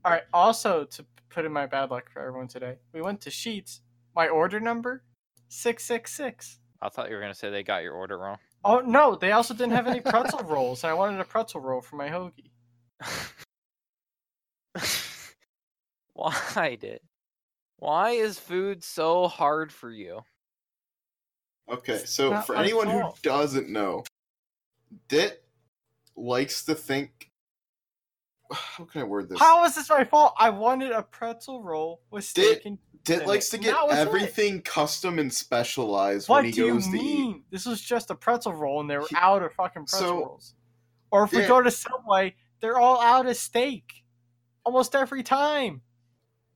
All right. Also, to put in my bad luck for everyone today, we went to Sheets. My order number, six six six. I thought you were gonna say they got your order wrong. Oh no, they also didn't have any pretzel rolls, and I wanted a pretzel roll for my hoagie. Why did? Why is food so hard for you? Okay, It's so not for my anyone who fault. doesn't know, Dit likes to think. How can I word this? How is this my fault? I wanted a pretzel roll with steak Did- and. Dit likes to get No, it's not. everything custom and specialized What when he do you goes to eat. mean? This was just a pretzel roll, and they were He- out of fucking pretzel So, rolls. Or if we yeah. go to Subway, they're all out of steak, almost every time.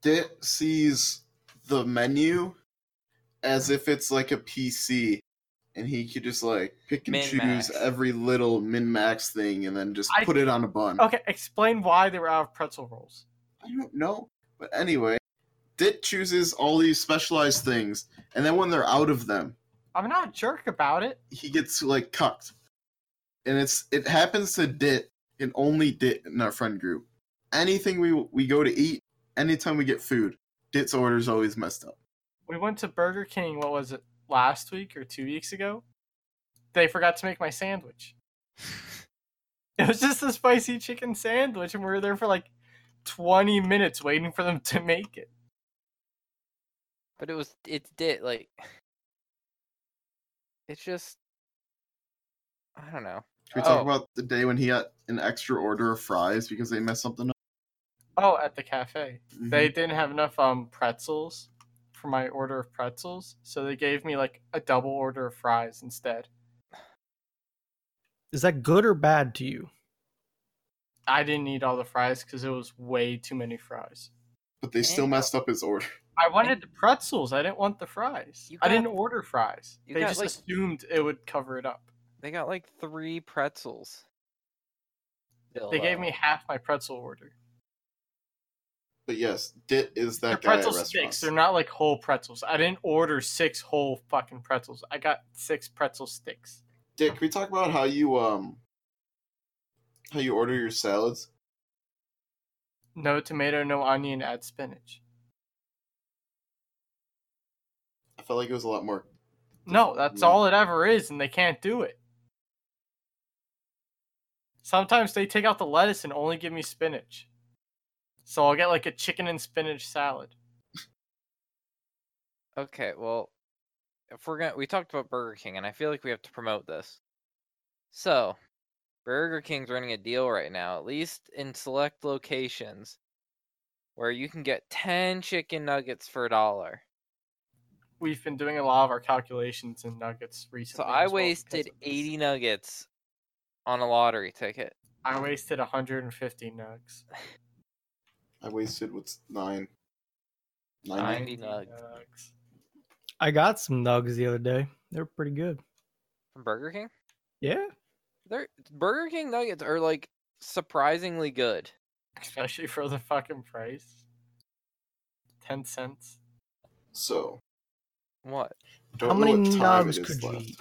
Dit sees the menu as if it's like a PC, and he could just like pick and Min-max. choose every little min max thing, and then just I- put it on a bun. Okay, explain why they were out of pretzel rolls. I don't know. But anyway, Dit chooses all these specialized things, and then when they're out of them, I'm not a jerk about it. he gets like cucked. And it's it happens to Dit and only Dit in our friend group. Anything we we go to eat, anytime we get food, Dit's order's always messed up. We went to Burger King, what was it, last week or two weeks ago? They forgot to make my sandwich. It was just a spicy chicken sandwich, and we were there for like 20 minutes waiting for them to make it. But it was it's did like it's just I don't know. Can we talk Oh. about the day when he got an extra order of fries because they messed something up? Oh, at the cafe. Mm-hmm. They didn't have enough um pretzels for my order of pretzels, so they gave me like a double order of fries instead. Is that good or bad to you? I didn't eat all the fries because it was way too many fries. But they still messed up his order. I wanted the pretzels. I didn't want the fries. You I didn't got- order fries. you They got, just like- assumed it would cover it up. They got like three pretzels. Still, They gave uh, me half my pretzel order. But yes, Dit is They're that guy at pretzel restaurants. sticks. They're not like whole pretzels. I didn't order six whole fucking pretzels. I got six pretzel sticks. Dick, can we talk about how you um how you order your salads? No tomato, no onion, add spinach. I felt like it was a lot more. Mm. No, that's No. all it ever is, and they can't do it. Sometimes they take out the lettuce and only give me spinach. So I'll get like a chicken and spinach salad. Okay, well, if we're gonna, we talked about Burger King, and I feel like we have to promote this. So, Burger King's running a deal right now, at least in select locations, where you can get ten chicken nuggets for a dollar. We've been doing a lot of our calculations in nuggets So recently. I as well because wasted of this. eighty nuggets on a lottery ticket. I wasted 150 nugs. I wasted what's nine. Nine. Nine. 90 nugs. nugs. I got some nugs the other day. They're pretty good. From Burger King, Yeah. They're, Burger King nuggets are like surprisingly good. Especially for the fucking price. 10 cents. So What? don't How know many what time nugs it is could you left. eat?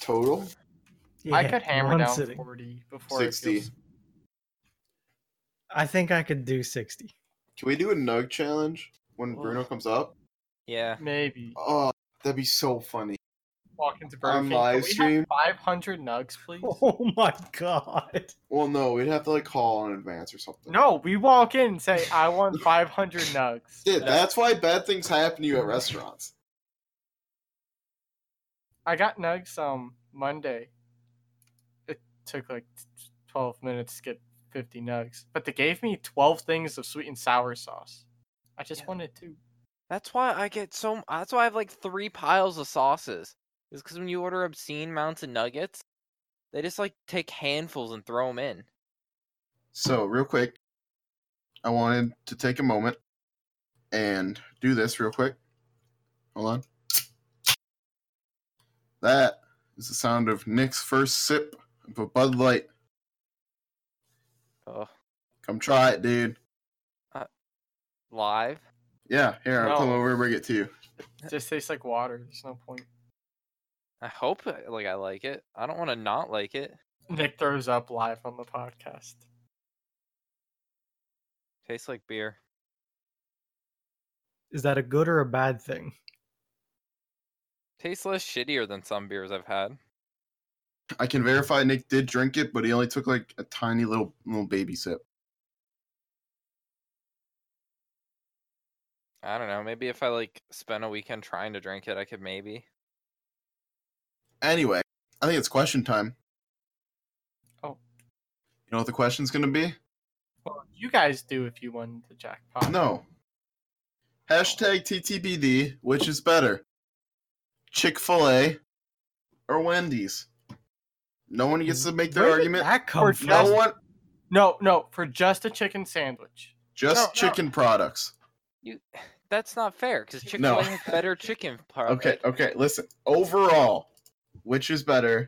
Total. I Yeah, could hammer one down sitting. 40 before it 60. feels- I think I could do sixty. Can we do a nug challenge when Oof. Bruno comes up? Yeah. Maybe. Oh, that'd be so funny. Walk into Burger On King. Can live we have stream? 500 nugs, please? Oh my god. Well, no, we'd have to like call in advance or something. No, we walk in and say, I want 500 nugs. Dude, that's why bad things happen to you at restaurants. I got nugs um Monday. It took like t- 12 minutes to get 50 nugs, but they gave me 12 things of sweet and sour sauce. I just Yeah. wanted two. That's why I get so. m- That's why I have like three piles of sauces. Is because when you order obscene amounts of nuggets, they just like take handfuls and throw them in. So, real quick, I wanted to take a moment and do this real quick. Hold on. That is the sound of Nick's first sip of a Bud Light. Oh, Come try it, dude. live. Yeah, here, I'll come No. over and bring it to you. It just tastes like water. There's no point. I hope I- like I like it. I don't want to not like it. Nick throws up live on the podcast. Tastes like beer. Is that a good or a bad thing? Tastes less shittier than some beers I've had. I can verify Nick did drink it, but he only took like a tiny little little baby sip. I don't know. Maybe if I like spent a weekend trying to drink it, I could maybe. Anyway, I think it's question time. Oh. You know what the question's gonna be? Well, you guys do if you won the jackpot. No. Hashtag TTBD, which is better? Chick fil A or Wendy's? No one gets to make their Where did argument. that Or come from? No just- one. no, no, for just a chicken sandwich. Just No, no. chicken products. You. That's not fair because Chick Fil A No. has better chicken. Product. Okay, okay, listen. Overall, which is better?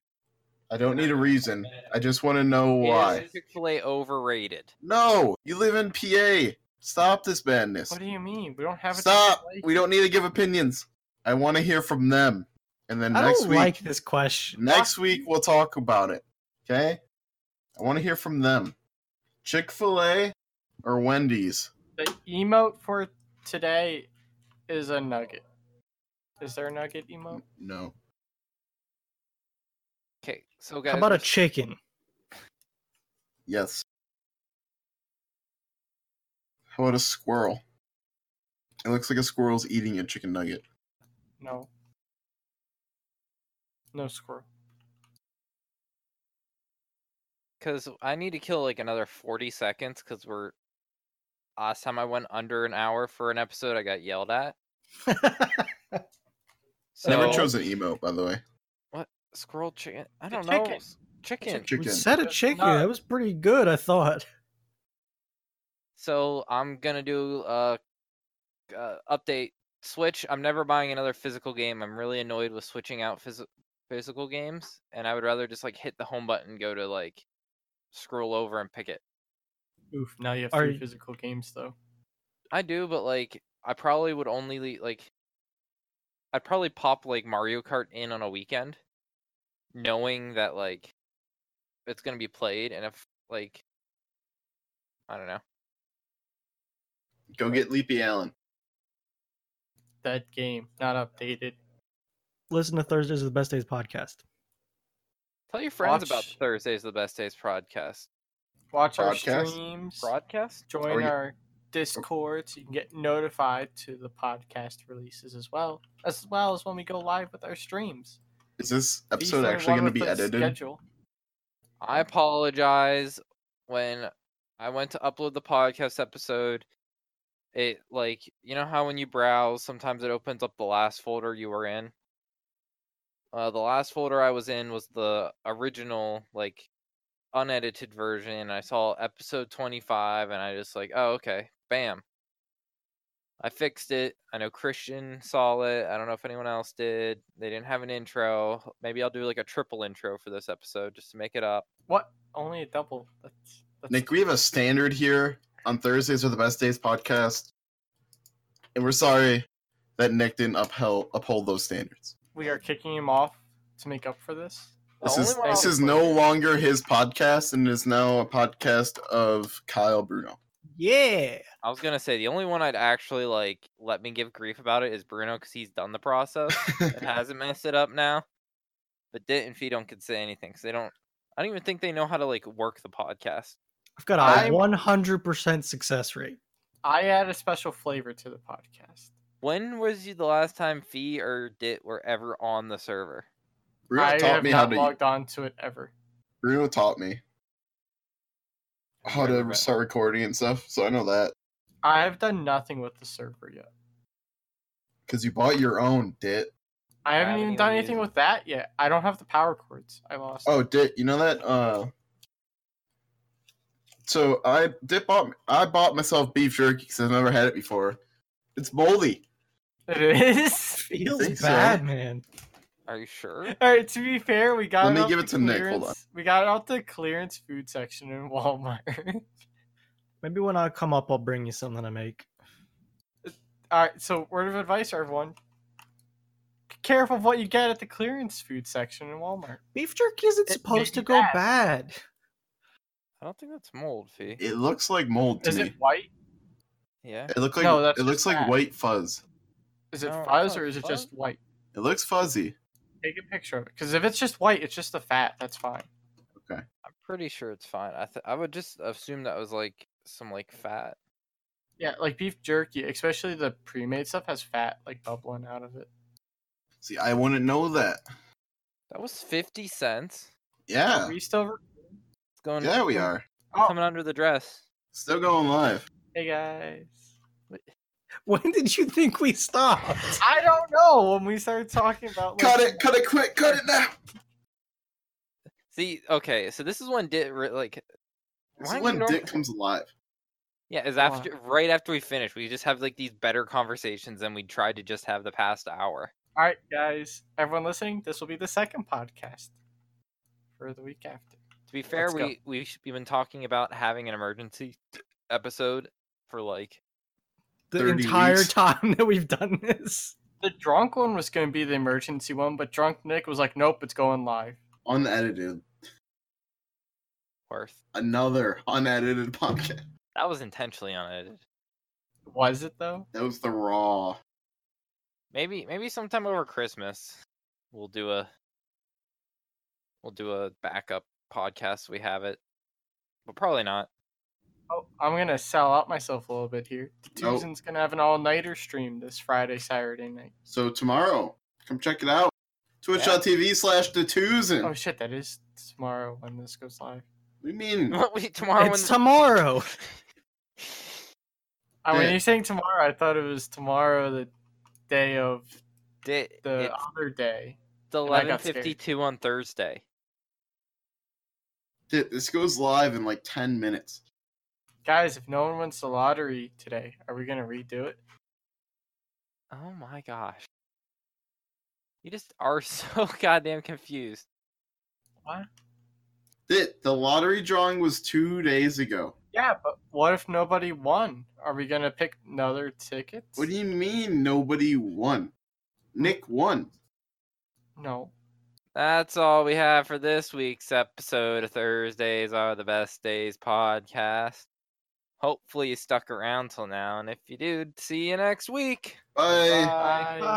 I don't need a reason. I just want to know why. Chick Fil A overrated. No, you live in PA. Stop this madness. What do you mean? We don't have a Stop. Chick-fil-A We don't need to give opinions. I want to hear from them. And then I next don't week, like this question. Next week we'll talk about it. Okay? I want to hear from them. Chick-fil-A or Wendy's? The emote for today is a nugget. Is there a nugget Oh. emote? No. Okay, so guys. How about a we're chicken? Yes. How about a squirrel? It looks like a squirrel's eating a chicken nugget. No. No squirrel. Because I need to kill like another 40 seconds because we're. Last time I went under an hour for an episode, I got yelled at. So, Never chose an emote, by the way. Squirrel chicken. I The don't know. chicken. s- Chicken. we Chicken. said a It's chicken. not. That was pretty good, I thought. So I'm going to do a uh, update. Switch. I'm never buying another physical game. I'm really annoyed with switching out phys- physical games, and I would rather just like hit the home button, go to like scroll over and pick it. Oof. Now you have Are three you- physical games though. I do, but like I probably would only le- like I'd probably pop like Mario Kart in on a weekend, knowing that like it's gonna be played, and if like, I don't know. Go get Leapy Allen. That game not updated. Listen to Thursdays of the Best Days podcast. Tell your friends about the Watch- Thursdays of the Best Days podcast. Watch our Broadcast? streams. Broadcast. Are Join we- Oh. our Discord so you can get notified to the podcast releases as well, as well as when we go live with our streams. Is this These episode are the actually one with going to be the edited? Schedule. I apologize when I went to upload the podcast episode. It like you know how when you browse, sometimes it opens up the last folder you were in. Uh, the last folder I was in was the original, like, unedited version. I saw episode twenty-five, and I just like, oh okay, bam. I fixed it. I know Christian saw it. I don't know if anyone else did. They didn't have an intro. Maybe I'll do like a triple intro for this episode just to make it up. What? Only a double. That's, that's Nick, we have a standard here on Thursdays are the best days podcast, and we're sorry that Nick didn't upheld, uphold those standards. we are kicking him off to make up for this. The This only is one this I'll is play- no longer his podcast, and it is now a podcast of Kyle Bruno. Yeah. I was gonna say the only one I'd actually like let me give grief about it is Bruno because he's done the process and hasn't messed it up now. But Dit and Fee don't can say anything because they don't. I don't even think they know how to like work the podcast. I've got a I'm- 100% success rate. I add a special flavor to the podcast. When was you the last time Fee or Dit were ever on the server? Bruno I taught have me how not to. logged on to it ever. Bruno taught me Have how you ever to been- start recording and stuff, so I know that I have done nothing with the server yet. because you bought your own, Dit. I haven't even done anything used it. with that yet. I don't have the power cords. I lost. Oh, Dit, you know that? Uh, so I Dit bought I bought myself beef jerky because I've never had it before. It's moldy. it is. Feels think so? bad, man. Are you sure? All right. To be fair, we got. Let it me off give the it to Nick, hold on. clearance- We got it off the clearance food section in Walmart. Maybe when I come up, I'll bring you something to make. All right. So, word of advice, everyone: be careful of what you get at the clearance food section in Walmart. Beef jerky isn't It supposed to may be go bad. bad. I don't think that's mold, Fee. It looks like mold to Is me. it white? Yeah. It looks like No, that's it looks just like fat. white fuzz. Is it No, it's fuzz not or is it fuzz. just white? It looks fuzzy. Take a picture of it. Because if it's just white, it's just the fat. That's fine. I'm pretty sure it's fine. I th- I would just assume that was like some like fat. Yeah, like beef jerky, especially the pre-made stuff, has fat like bubbling out of it. See, I wouldn't know that. That was fifty cents. Yeah, Are we still? re- It's going. yeah, we are Oh. Coming under the dress. still going live. Hey guys. When did you think we stopped? I don't know when we started talking about. Cut it! Cut it quick! Cut it now! See, okay, so this is when Dit re- like This Why is do when you Dick norm- comes alive. yeah is Why? after right after we finish we just have like these better conversations than we tried to just have the past hour. All right, guys. Everyone listening, this will be the second podcast for the week after. To be fair, Let's go. we we sh- we've been talking about having an emergency episode for like The 30 entire weeks. time that we've done this. The drunk one was going to be the emergency one, but drunk Nick was like, "Nope, it's going live." Unedited. worth. Another unedited podcast. That was intentionally unedited. Was it though? That was the raw. Maybe maybe sometime over Christmas we'll do a we'll do a backup podcast. We have it, but probably not. Oh, I'm gonna sell out myself a little bit here. Nope. Tucson's gonna have an all-nighter stream this Friday, Saturday night. So tomorrow, come check it out. Twitch.tv slash the twos and Oh shit, that is tomorrow when this goes live. we mean Wait, tomorrow it's when tomorrow. Oh, when Yeah. you're saying tomorrow, I thought it was tomorrow, the day of Di- the it's other day. the and I eleven got scared. fifty two on Thursday. Dick, this goes live in like ten minutes. Guys, if no one wins the lottery today, are we gonna redo it? Oh my gosh. You just are so goddamn confused. Dick, the lottery drawing was two days ago. Yeah, but what if nobody won? Are we gonna pick another ticket? What do you mean nobody won? Nick won. No. That's all we have for this week's episode of Thursdays Are the Best Days podcast. Hopefully, you stuck around till now, and if you do, see you next week. Bye. Bye.